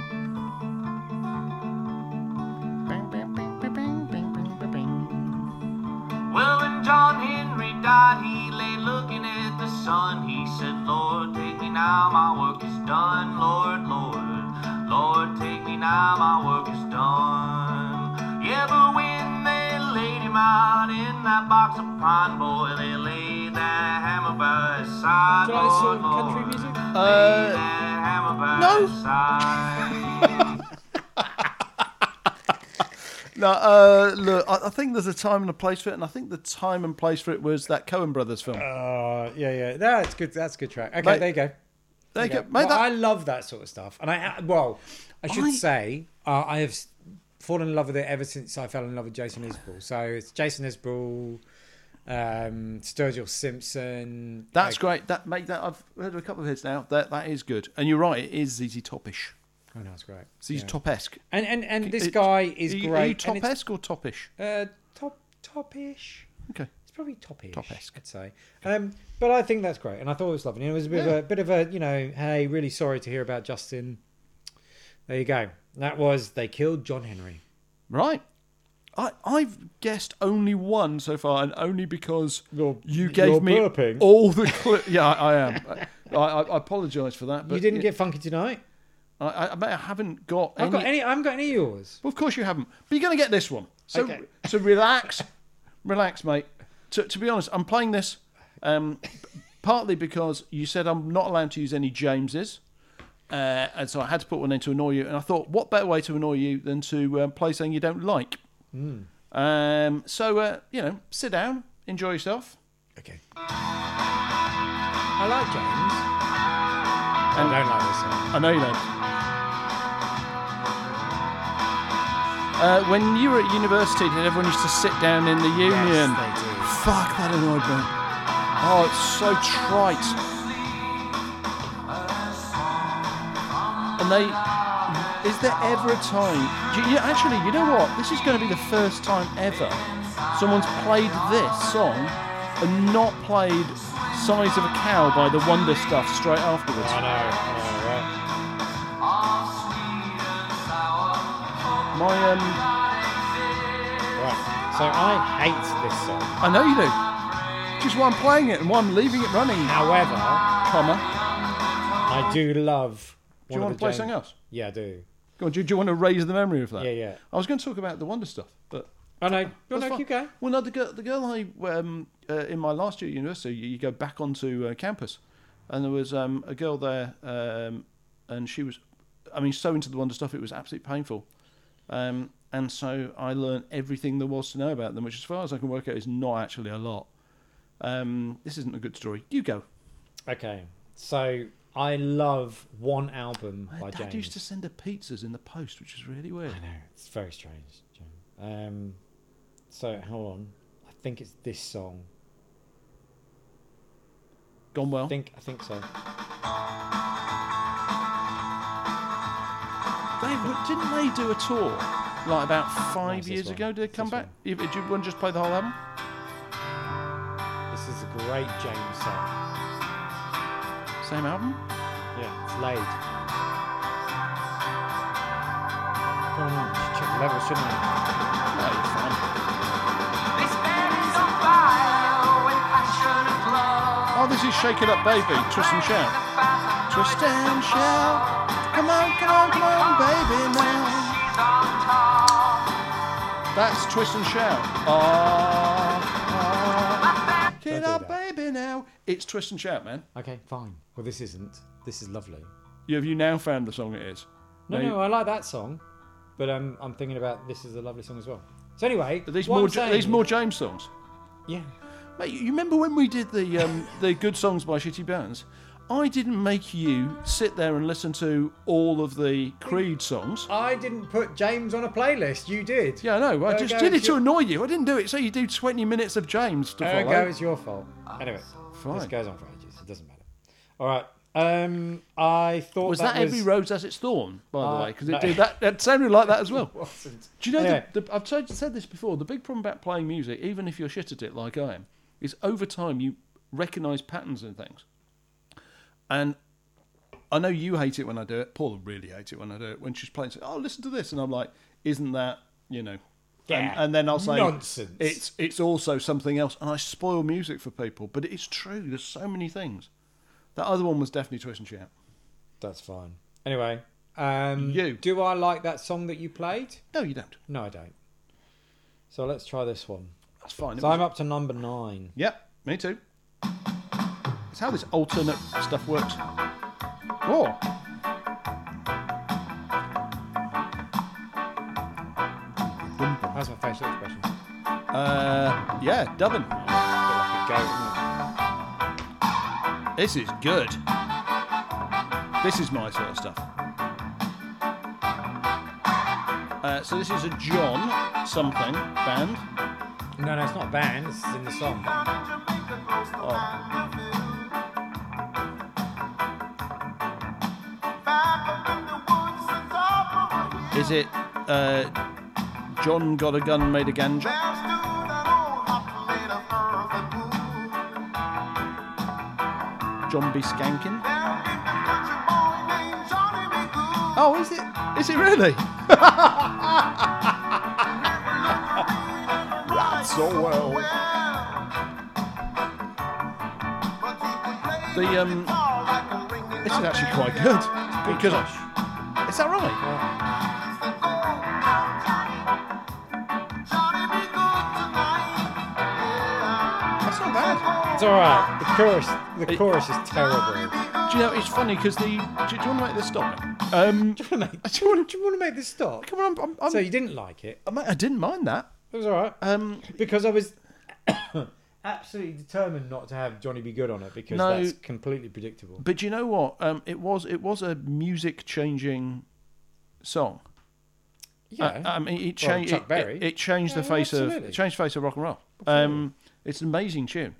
Well, when John Henry died, he lay looking at the sun. He said, Lord, take me now, my work is done. Lord, Lord, Lord, take me now, my work is done. Yeah, but when they laid him out in that box of pine, boy, they laid that hammer by his side.
Do you like
Lord,
sort of country
Lord,
music?
Laid
Uh,
that hammer by
no.
his side.
no, uh, look, I, I think there's a time and a place for it, and I think the time and place for it was that Cohen Brothers film.
Uh, yeah, yeah. That's good. That's a good track. Okay,
Mate,
there you go.
there you go.
Yeah.
Mate,
Well,
that-
I love that sort of stuff, and I uh, well, I should
I-
say uh, I have s- fallen in love with it ever since I fell in love with Jason Isbell. So it's Jason Isbell, um, Sturgill Simpson.
That's
like-
great. That mate, that I've heard of a couple of hits now. That that is good. And you're right, it is ZZ Topish.
Oh no, it's great.
ZZ
Yeah.
Top-esque.
And and and this
It-
guy is
are you- Are you
great. and it's,
top-esque or topish?
uh, top topish.
Okay.
It's probably topish.
Top-esque.
I'd say. Um, but I think that's great, and I thought it was lovely. And it was a bit
Yeah.
of a bit of a you know, hey, really sorry to hear about Justin. There you go. That was they killed John Henry.
Right. I I've guessed only one so far, and only because
You're-
you gave
you're
me
burping.
all the clue. yeah, I, I am. I, I, I apologise for that. But
you didn't
it-
get funky tonight.
I, I, I bet I haven't got.
I've got any. I haven't got any of yours.
Well, of course you haven't. But you're going to get this one. So
Okay.
so relax, relax, mate. To, to be honest, I'm playing this um, partly because you said I'm not allowed to use any Jameses, uh, and so I had to put one in to annoy you. And I thought, what better way to annoy you than to uh, play something you don't like? Um, so uh, you know, sit down, enjoy yourself.
Okay. I like James. I don't like this song.
I know you don't. Uh, when you were at university, did everyone used to sit down in the
Yes,
union?
they do.
Fuck, that annoyed me. Oh, it's so trite. And they. Is there ever a time. Do you, actually, you know what? This is going to be the first time ever someone's played this song and not played Size of a Cow by the Wonder Stuff straight afterwards.
I know. I know, right?
My, um,
Right. So I hate this song.
I know you do. Just why I'm playing it and why I'm leaving it running,
However,
comma.
I do love.
Do you
one
want
of
to
the
play
James-
something else?
Yeah, I do.
Go on, do, do you want to raise the memory of that?
Yeah, yeah.
I was going to talk about the Wonder stuff, but
I know. Oh,
That's
no,
fine.
keep going.
Well, no, the girl, the girl I um, uh, in my last year at university, you, you go back onto uh, campus, and there was um, a girl there, um, and she was, I mean, so into the wonder stuff, it was absolutely painful. Um, and so I learned everything there was to know about them, which, as far as I can work out, is not actually a lot. Um, this isn't a good story. You go.
Okay. So I love one album
My
by
dad
James.
used to send her pizzas in the post, which is really weird.
I know it's very strange. James. Um, so hold on. I think it's this song.
Gone well.
I think I think so.
They w- didn't they do a tour like about five
it's this
years
one.
ago? Did it
It's
come
this
back?
one.
If, did you want to just play the whole album?
This is a great James song.
Same album?
Yeah, it's laid. Come on, I should check the level, shouldn't I?
This man is on fire with passion and love.
Oh, this is Shake It Up Baby, Twist and Shout. Twist and Shout. Come on, come on, come on, baby now.
She's on top.
That's Twist and Shout. Ah, ah. Kid
Don't
our
do that.
baby now. It's Twist and Shout, man.
Okay, fine. Well, this isn't. This is lovely.
You- Have you now found the song it is?
No,
Now you-
no, I like that song, but um, I'm thinking about this is a lovely song as well. So anyway,
Are these
what
more,
I'm
Ja-
saying,
these more James songs?
Yeah.
Mate, you remember when we did the um, the good songs by Shitty Bands? I didn't make you sit there and listen to all of the Creed songs.
I didn't put James on a playlist. You did.
Yeah, I know. I
There
just
goes
did it to
your-
annoy you. I didn't do it so you do 20 minutes of James to
There
follow.
it goes. Your fault. Anyway, this
Fine.
goes on for ages. It doesn't matter. All right. Um, I thought
Was that,
that,
Every Rose Has Its Thorn, by the
Uh,
way? Because it
no.
did that. That sounded like that as well.
wasn't.
Do you know,
Anyway.
the, the, I've told, said this before, the big problem about playing music, even if you're shit at it like I am, is over time you recognise patterns in things. And I know you hate it when I do it. Paula really hates it when I do it. When she's playing, she's like, oh, listen to this. And I'm like, isn't that, you know.
Yeah.
And, and then I'll say,
Nonsense.
It's, it's also something else. And I spoil music for people. But it's true. There's so many things. That other one was definitely Twist and Shout.
That's fine. Anyway, um,
You.
do I like that song that you played?
No, you don't.
No, I don't. So let's try this one.
That's fine. It
So
was-
I'm up to number nine.
Yep, me too. It's how this alternate stuff works. Oh.
How's my facial expression?
Uh, yeah, Dublin.
I feel like a goat, isn't it?
This is good. This is my sort of stuff. Uh, so this is a John something band.
No, no, it's not a band. It's in the song.
Is it uh, John got a gun made a ganja? John be skanking? Oh, is it? Is it really? so well. The um, this is actually quite good because I, is that right? That's not bad.
It's all right. The chorus, the
It-
chorus is terrible.
Do you know it's funny because the do, you- do you want to make this stop? Um,
Do you want to make, do you want, do you want to make this stop?
come on, I'm, I'm,
So you didn't like it?
I, I didn't mind that.
It was all right
Um,
because I was absolutely determined not to have Johnny Be Good on it because
No.
that's completely predictable.
But do you know what? Um, it was it was a music changing song.
Yeah,
I, I mean, it
Well,
changed.
Chuck
it,
Berry.
it- it changed the
Yeah,
face of
absolutely.
it changed the face of rock and roll. Um, it's an amazing tune.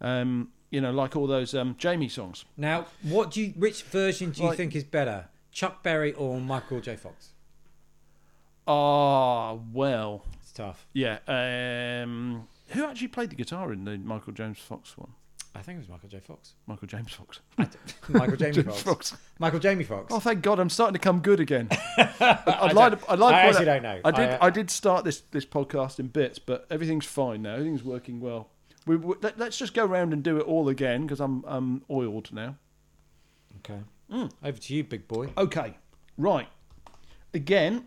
Um, you know, like all those um, Jamie songs.
Now, what do you? Which version do you
Like-
think is better, Chuck Berry or Michael J. Fox?
Ah, well,
It's tough.
yeah. Um, who actually played the guitar in the Michael James Fox one?
I think it was Michael J. Fox.
Michael James Fox.
Michael Jamie
James
Fox.
Fox.
Michael Jamie Fox.
Oh, thank God, I'm starting to come good again. I'd like to.
I
I'd like to point
actually
out-
don't know.
I did.
I, uh,
I, did start this this podcast in bits, but everything's fine now. Everything's working well. We, we let, us just go round and do it all again because I'm um oiled now.
Okay. Over to you, big boy.
Okay, right. Again,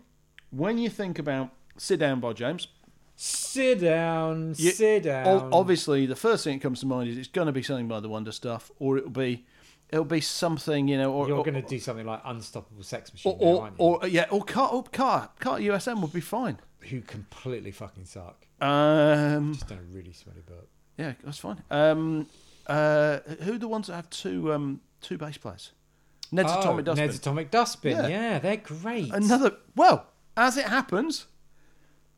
when you think about "Sit Down" by James,
Sit down.
you-
sit
o-
down.
obviously the first thing that comes to mind is it's going to be something by the Wonder Stuff, or it'll be it'll be something you know, or
You're
or-
going to do something like Unstoppable Sex Machine,
or,
now,
or,
aren't you?
or yeah, or car, or car, car USM would be fine.
Who completely fucking suck.
Um,
Just done a really smelly burp.
Yeah, that's fine. Um, uh, who are the ones that have two um, two bass players? Ned's
Oh,
Atomic Dustbin.
Ned's Atomic Dustbin.
Yeah.
Yeah, they're great.
Another. Well, as it happens,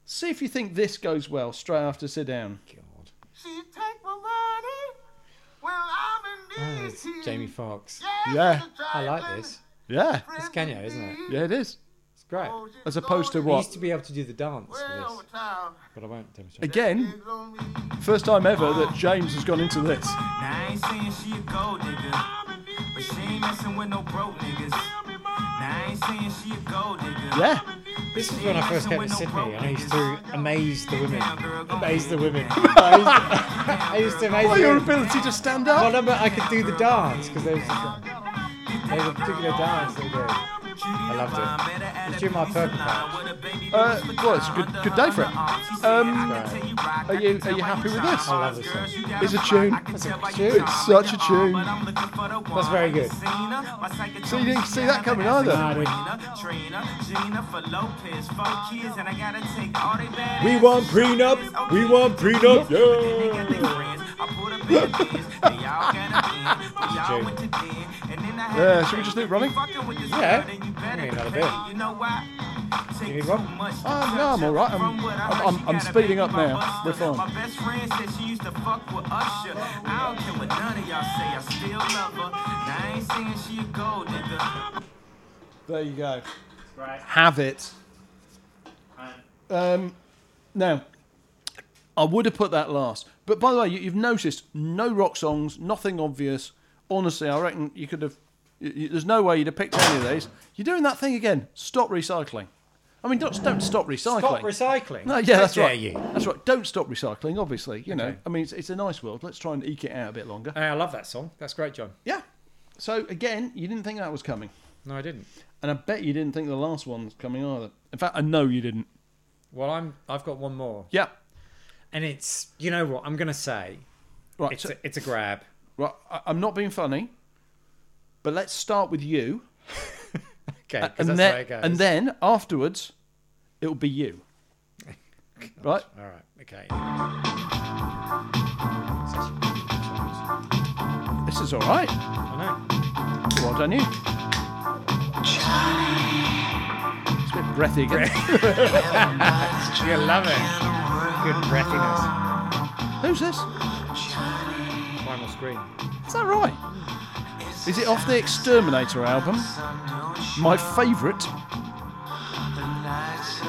see if you think this goes well straight after sit down.
God.
She take my money. Well, I'm
Oh,
in
it's Jamie Fox.
Yeah.
I like this.
Yeah,
It's Kenya, isn't it?
yeah, it is.
It's great.
As opposed to
I
what?
used to be able to do the dance for this,
Time.
but I won't demonstrate.
Again, first time ever that James has gone into this.
Now, I ain't saying she a gold digger, but she ain't messing with no broke niggas. Now, I ain't saying she a gold digger.
Yeah,
This is when I first came to Sydney, and I used to amaze the women. Amaze the women. I used to amaze
by
the
your
women.
ability to stand
Well,
up.
no, but I could do the dance because there was, there was a particular dance they did. I loved it.
Better
Let's do my purple patch.
Uh, well, it's a good, good day for it. Um, are you are you happy with this?
I love this song.
It's a tune.
That's a good tune.
It's such a tune.
That's very good.
So you didn't see that coming either.
Nah, dude.
We want prenup. We want prenup. Yeah.
Yeah, should we just do it running?
Yeah. Give me another bit. You need one?
Oh, no, I'm all right. I'm, I'm, I'm, I'm speeding up now. We're fine.
best friend said she used to fuck with Usher. I don't care what none of y'all say, I still love her. I ain't saying she a gold nigga.
There you go. Have it. Um, now, I would have put that last. But by the way, you, you've noticed no rock songs, nothing obvious. Honestly, I reckon you could have. You, you- there's no way you'd have picked any of these. You're doing that thing again. Stop recycling. I mean, don't, don't stop recycling.
Stop recycling.
No, yeah,
How
that's
dare
right.
you.
That's right. Don't stop recycling. Obviously, you know. I mean, it's, it's a nice world. Let's try and eke it out a bit longer.
Hey, I love that song. That's great, John.
Yeah. So again, you didn't think that was coming,
No, I didn't.
and I bet you didn't think the last one was coming either. In fact, I know you didn't.
Well, I'm. I've got one more,
Yeah.
and it's. You know what? I'm gonna say
Right.
it's.
So,
A, it's a grab.
right. I, I'm not being funny, but let's start with you,
Okay, because
and
that's
then
the way it goes.
and then afterwards, it'll be you. right.
All right. Okay.
This is all right.
I know.
Well done, you. It's a bit breathy again.
You love it. Good breathiness.
Who's this?
Final screen.
Is that right? Is it off the Exterminator album? My favourite.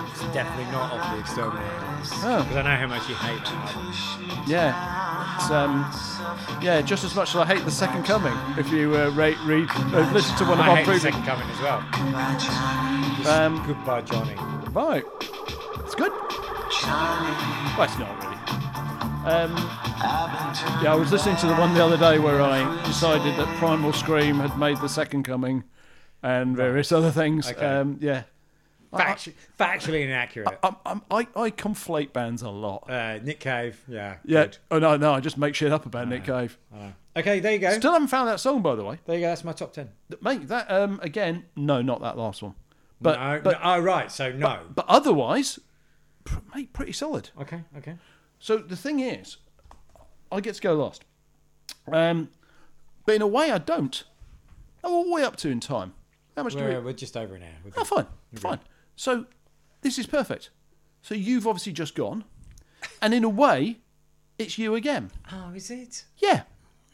It's definitely not off the exterminator.
Oh,
Because I know how much you hate that album.
yeah. It's, um, yeah, just as much as I hate The Second Coming. If you uh, rate, read, uh, listen to one of
I
our
hate the
previous.
second coming as well.
Um,
Goodbye, Johnny.
right. It's good. Well, it's not really. Um, yeah, I was listening to the one the other day where I decided that Primal Scream had made The Second Coming and various other things.
Okay.
Um, yeah.
Factu- factually inaccurate.
I'm, I'm, I, I conflate bands a lot.
Uh, Nick Cave. Yeah.
Yeah.
good. Uh,
Oh no, no, I just make shit up about Nick Cave.
Okay. There you go.
Still haven't found that song, by the way.
there you go. That's my top ten.
Th- Mate, that um again, no, not that last one. But
no,
but
no. Oh, right. So no.
but otherwise, pr- mate, pretty solid.
okay. Okay.
So the thing is, I get to go last. Um, but in a way, I don't. Oh, what are we up to in time? How much do we?
We're, we're just over an hour. We're
Oh,
good.
fine, fine. So this is perfect. So you've obviously just gone, and in a way, it's you again.
Oh, is it?
Yeah.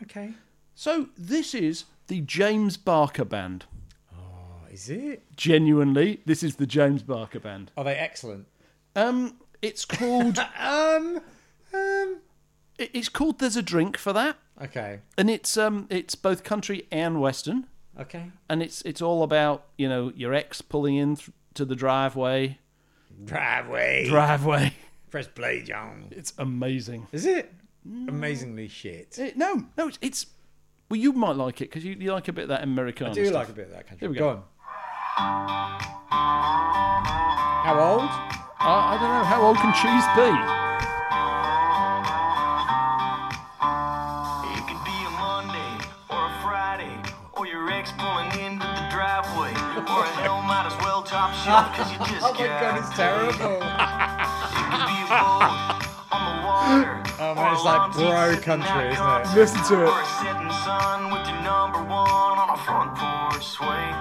Okay.
So this is the James Barker Band.
Oh, is it?
Genuinely, this is the James Barker Band.
Are they excellent?
Um, it's called. Uh,
Um. Um.
it- it's called. There's a drink for that,
Okay.
and it's um, it's both country and western,
Okay.
and it's it's all about you know your ex pulling in th- to the driveway.
Driveway.
Driveway.
Press play, John.
It's amazing.
Is it? Amazingly shit.
It- no, no, it's, it's. Well, you might like it because you, you like a bit of that Americana.
I do
stuff.
like a bit of that country.
Here we
go.
go.
on. How old?
I, I don't know how old can cheese be.
It could be a Monday or a Friday or your ex pulling into the driveway or a hell might as well top shelf because you just
Oh my
got
god, it's terrible.
It could be a boat on the water.
Oh, man,
or a
it's like
lawn seat
bro
sitting
country, isn't
out
it?
concert,
Listen to it.
Or a setting sun with your number one on a front porch swing.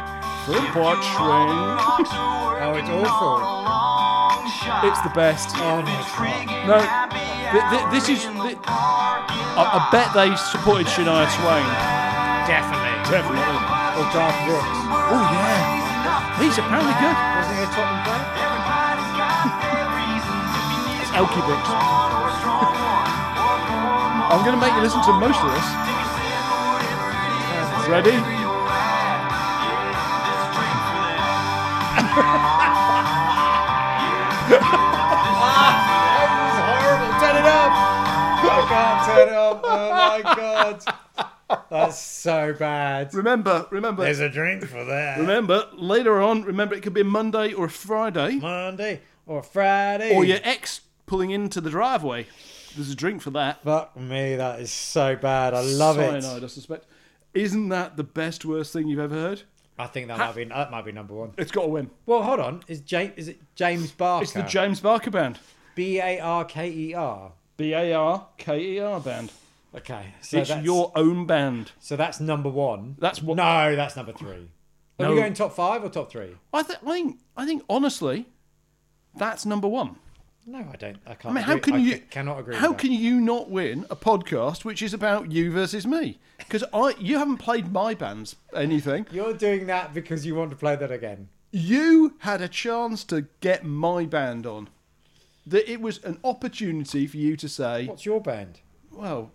Front porch swing.
Oh, it's awful.
It's the best. Um,
Oh my god.
No, th- th- this is. Th- I, I bet they supported Shania Twain.
Definitely.
Definitely.
Or Garth Brooks.
Oh yeah, he's apparently good.
Wasn't he a Tottenham player?
It's Elkie Brooks. I'm going to make you listen to most of this. Uh, Ready?
This is horrible. Turn it up. I can't turn it up. Oh my god. That's so bad.
Remember, remember,
There's a drink for that.
remember. Later on, remember it could be a Monday or a Friday,
Monday or Friday.
or your ex pulling into the driveway. There's a drink for that.
Fuck me, that is so bad. I love
Cyanide,
it.
I suspect. Isn't that the best worst thing you've ever heard?
I think that might be uh, that might be number one.
It's got to win.
Well, hold on. Is James? Is it James Barker?
It's the James Barker band.
B A R K E R.
B A R K E R band.
Okay, so
it's
that's
your own band.
so that's number one.
That's what
No, that's number three. Are
No.
we going top five or top three?
I, th- I think. I think honestly, that's number one.
No, I don't. I can't.
I mean, how
agree-
can you?
I ca- cannot agree.
How
with
can you not win a podcast which is about you versus me? Because I, you haven't played my band's anything.
that. You're doing that because you want to play that again.
You had a chance to get my band on. That it was an opportunity for you to say,
What's your band?
well,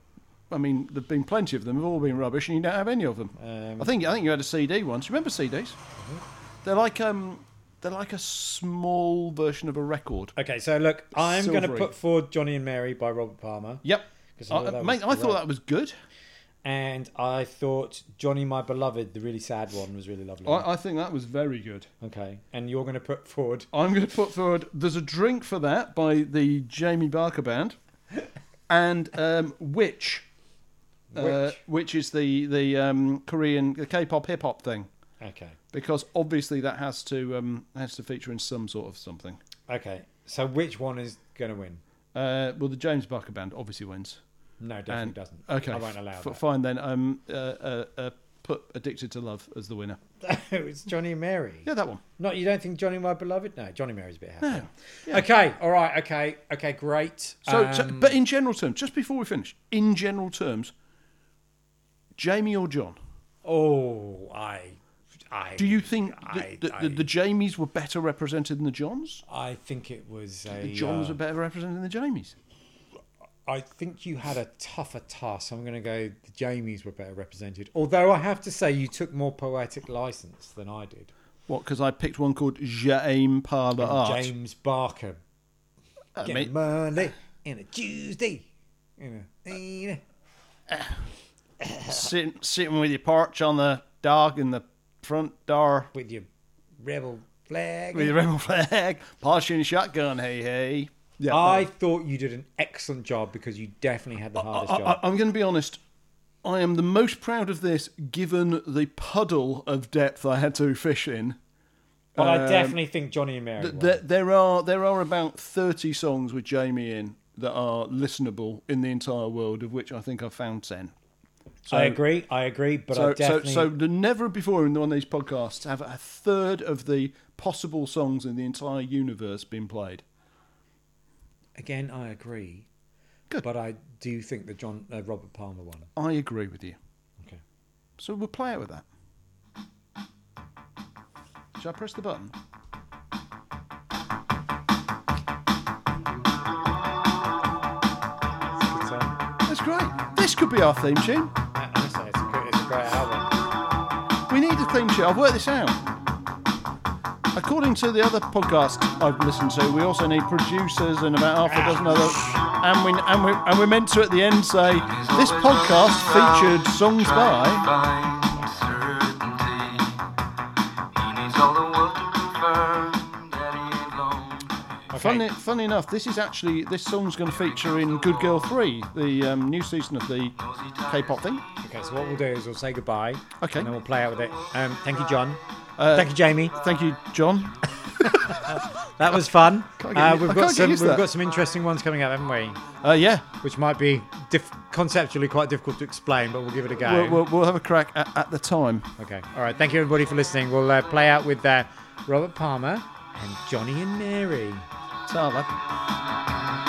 I mean, there've been plenty of them. They've all been rubbish, and you don't have any of them.
Um,
I think I think you had a CD once. You remember CDs?
Mm-hmm.
They're like um, they're like a small version of a record.
Okay, so look, I'm going to
Silvery.
put forward Johnny and Mary by Robert Palmer.
Yep.
'Cause I
I,
thought that
mate,
was
I thought
great.
that was good.
And I thought Johnny, my beloved, the really sad one, was really lovely.
I, I think that was very good.
okay, and you're going to put forward.
I'm going to put forward. There's a drink for that by the Jamie Barker Band, and um, Witch, uh,
Which?
which is the the um, Korean the K-pop hip hop thing,
Okay,
because obviously that has to um, has to feature in some sort of something.
okay. So which one is going to win?
Uh, well, the James Barker Band obviously wins.
No, definitely
And
doesn't.
okay,
I won't allow
f-
that.
Fine then. Um, uh, uh, uh, put Addicted to Love as the winner.
it's Johnny and Mary.
Yeah, that one.
Not you don't think Johnny my beloved? No, Johnny Mary's a bit happy.
No.
Okay, all right, okay, okay, great.
So, so-
Um,
but in general terms, just before we finish, in general terms, Jamie or John,
oh, I, I
do you think
I-
that the,
I-
the, the Jamies were better represented than the Johns?
I think it was a.
The Johns
uh,
were better represented than the Jamies.
I think you had a tougher task. I'm going to go. The Jamies were better represented, although I have to say you took more poetic license than I did.
What? Because I picked one called Jaime Parla Art.
James Barker.
I
Get
mean,
Monday and a Tuesday. and a-
sitting, sitting with your porch on the dog in the front door
With your rebel flag.
with your rebel flag, polishing your shotgun. Hey, hey. Yeah.
I thought you did an excellent job because you definitely
Uh,
had the hardest
I,
job.
I, am going to be honest. I am the most proud of this, given the puddle of depth I had to fish in.
But I
um,
definitely think Johnny and Mary. won.
There, there are there are about thirty songs with Jamie in that are listenable in the entire world, of which I think I've found ten.
I agree. I agree. But I
So, so,
definitely.
so the never before in one of these podcasts have a third of the possible songs in the entire universe been played.
again, I agree.
Good.
But I do think that John uh, Robert Palmer won.
I agree with you.
Okay.
So we'll play it with that. Shall I press the button?
So, uh, I,
That's great. This could be our theme tune.
honestly, it's a, good, it's a great album.
We need a theme tune. I've worked this out. According to the other podcast I've listened to, we also need producers and about half a dozen other. And we and we and we're meant to at the end say this podcast featured songs by.
Okay.
Funny, funny enough, this is actually this song's going to feature in Good Girl Three, the um, new season of the K-pop thing.
Okay, so what we'll do is we'll say goodbye.
Okay. Uh,
And then we'll play out with it. Um, thank you, John. thank you, Jamie.
Thank you, John.
That was fun.
Can't get
Uh,
u- I
we've
can't
got
get
some. We've
used to that.
got some interesting ones coming up, haven't we?
Uh, yeah,
Which might be diff- conceptually quite difficult to explain, but we'll give it a go.
we'll, we'll, we'll have a crack at, at the time.
Okay. All right. Thank you, everybody, for listening. We'll uh, play out with uh, Robert Palmer and Johnny and Mary.
Tala.
Thank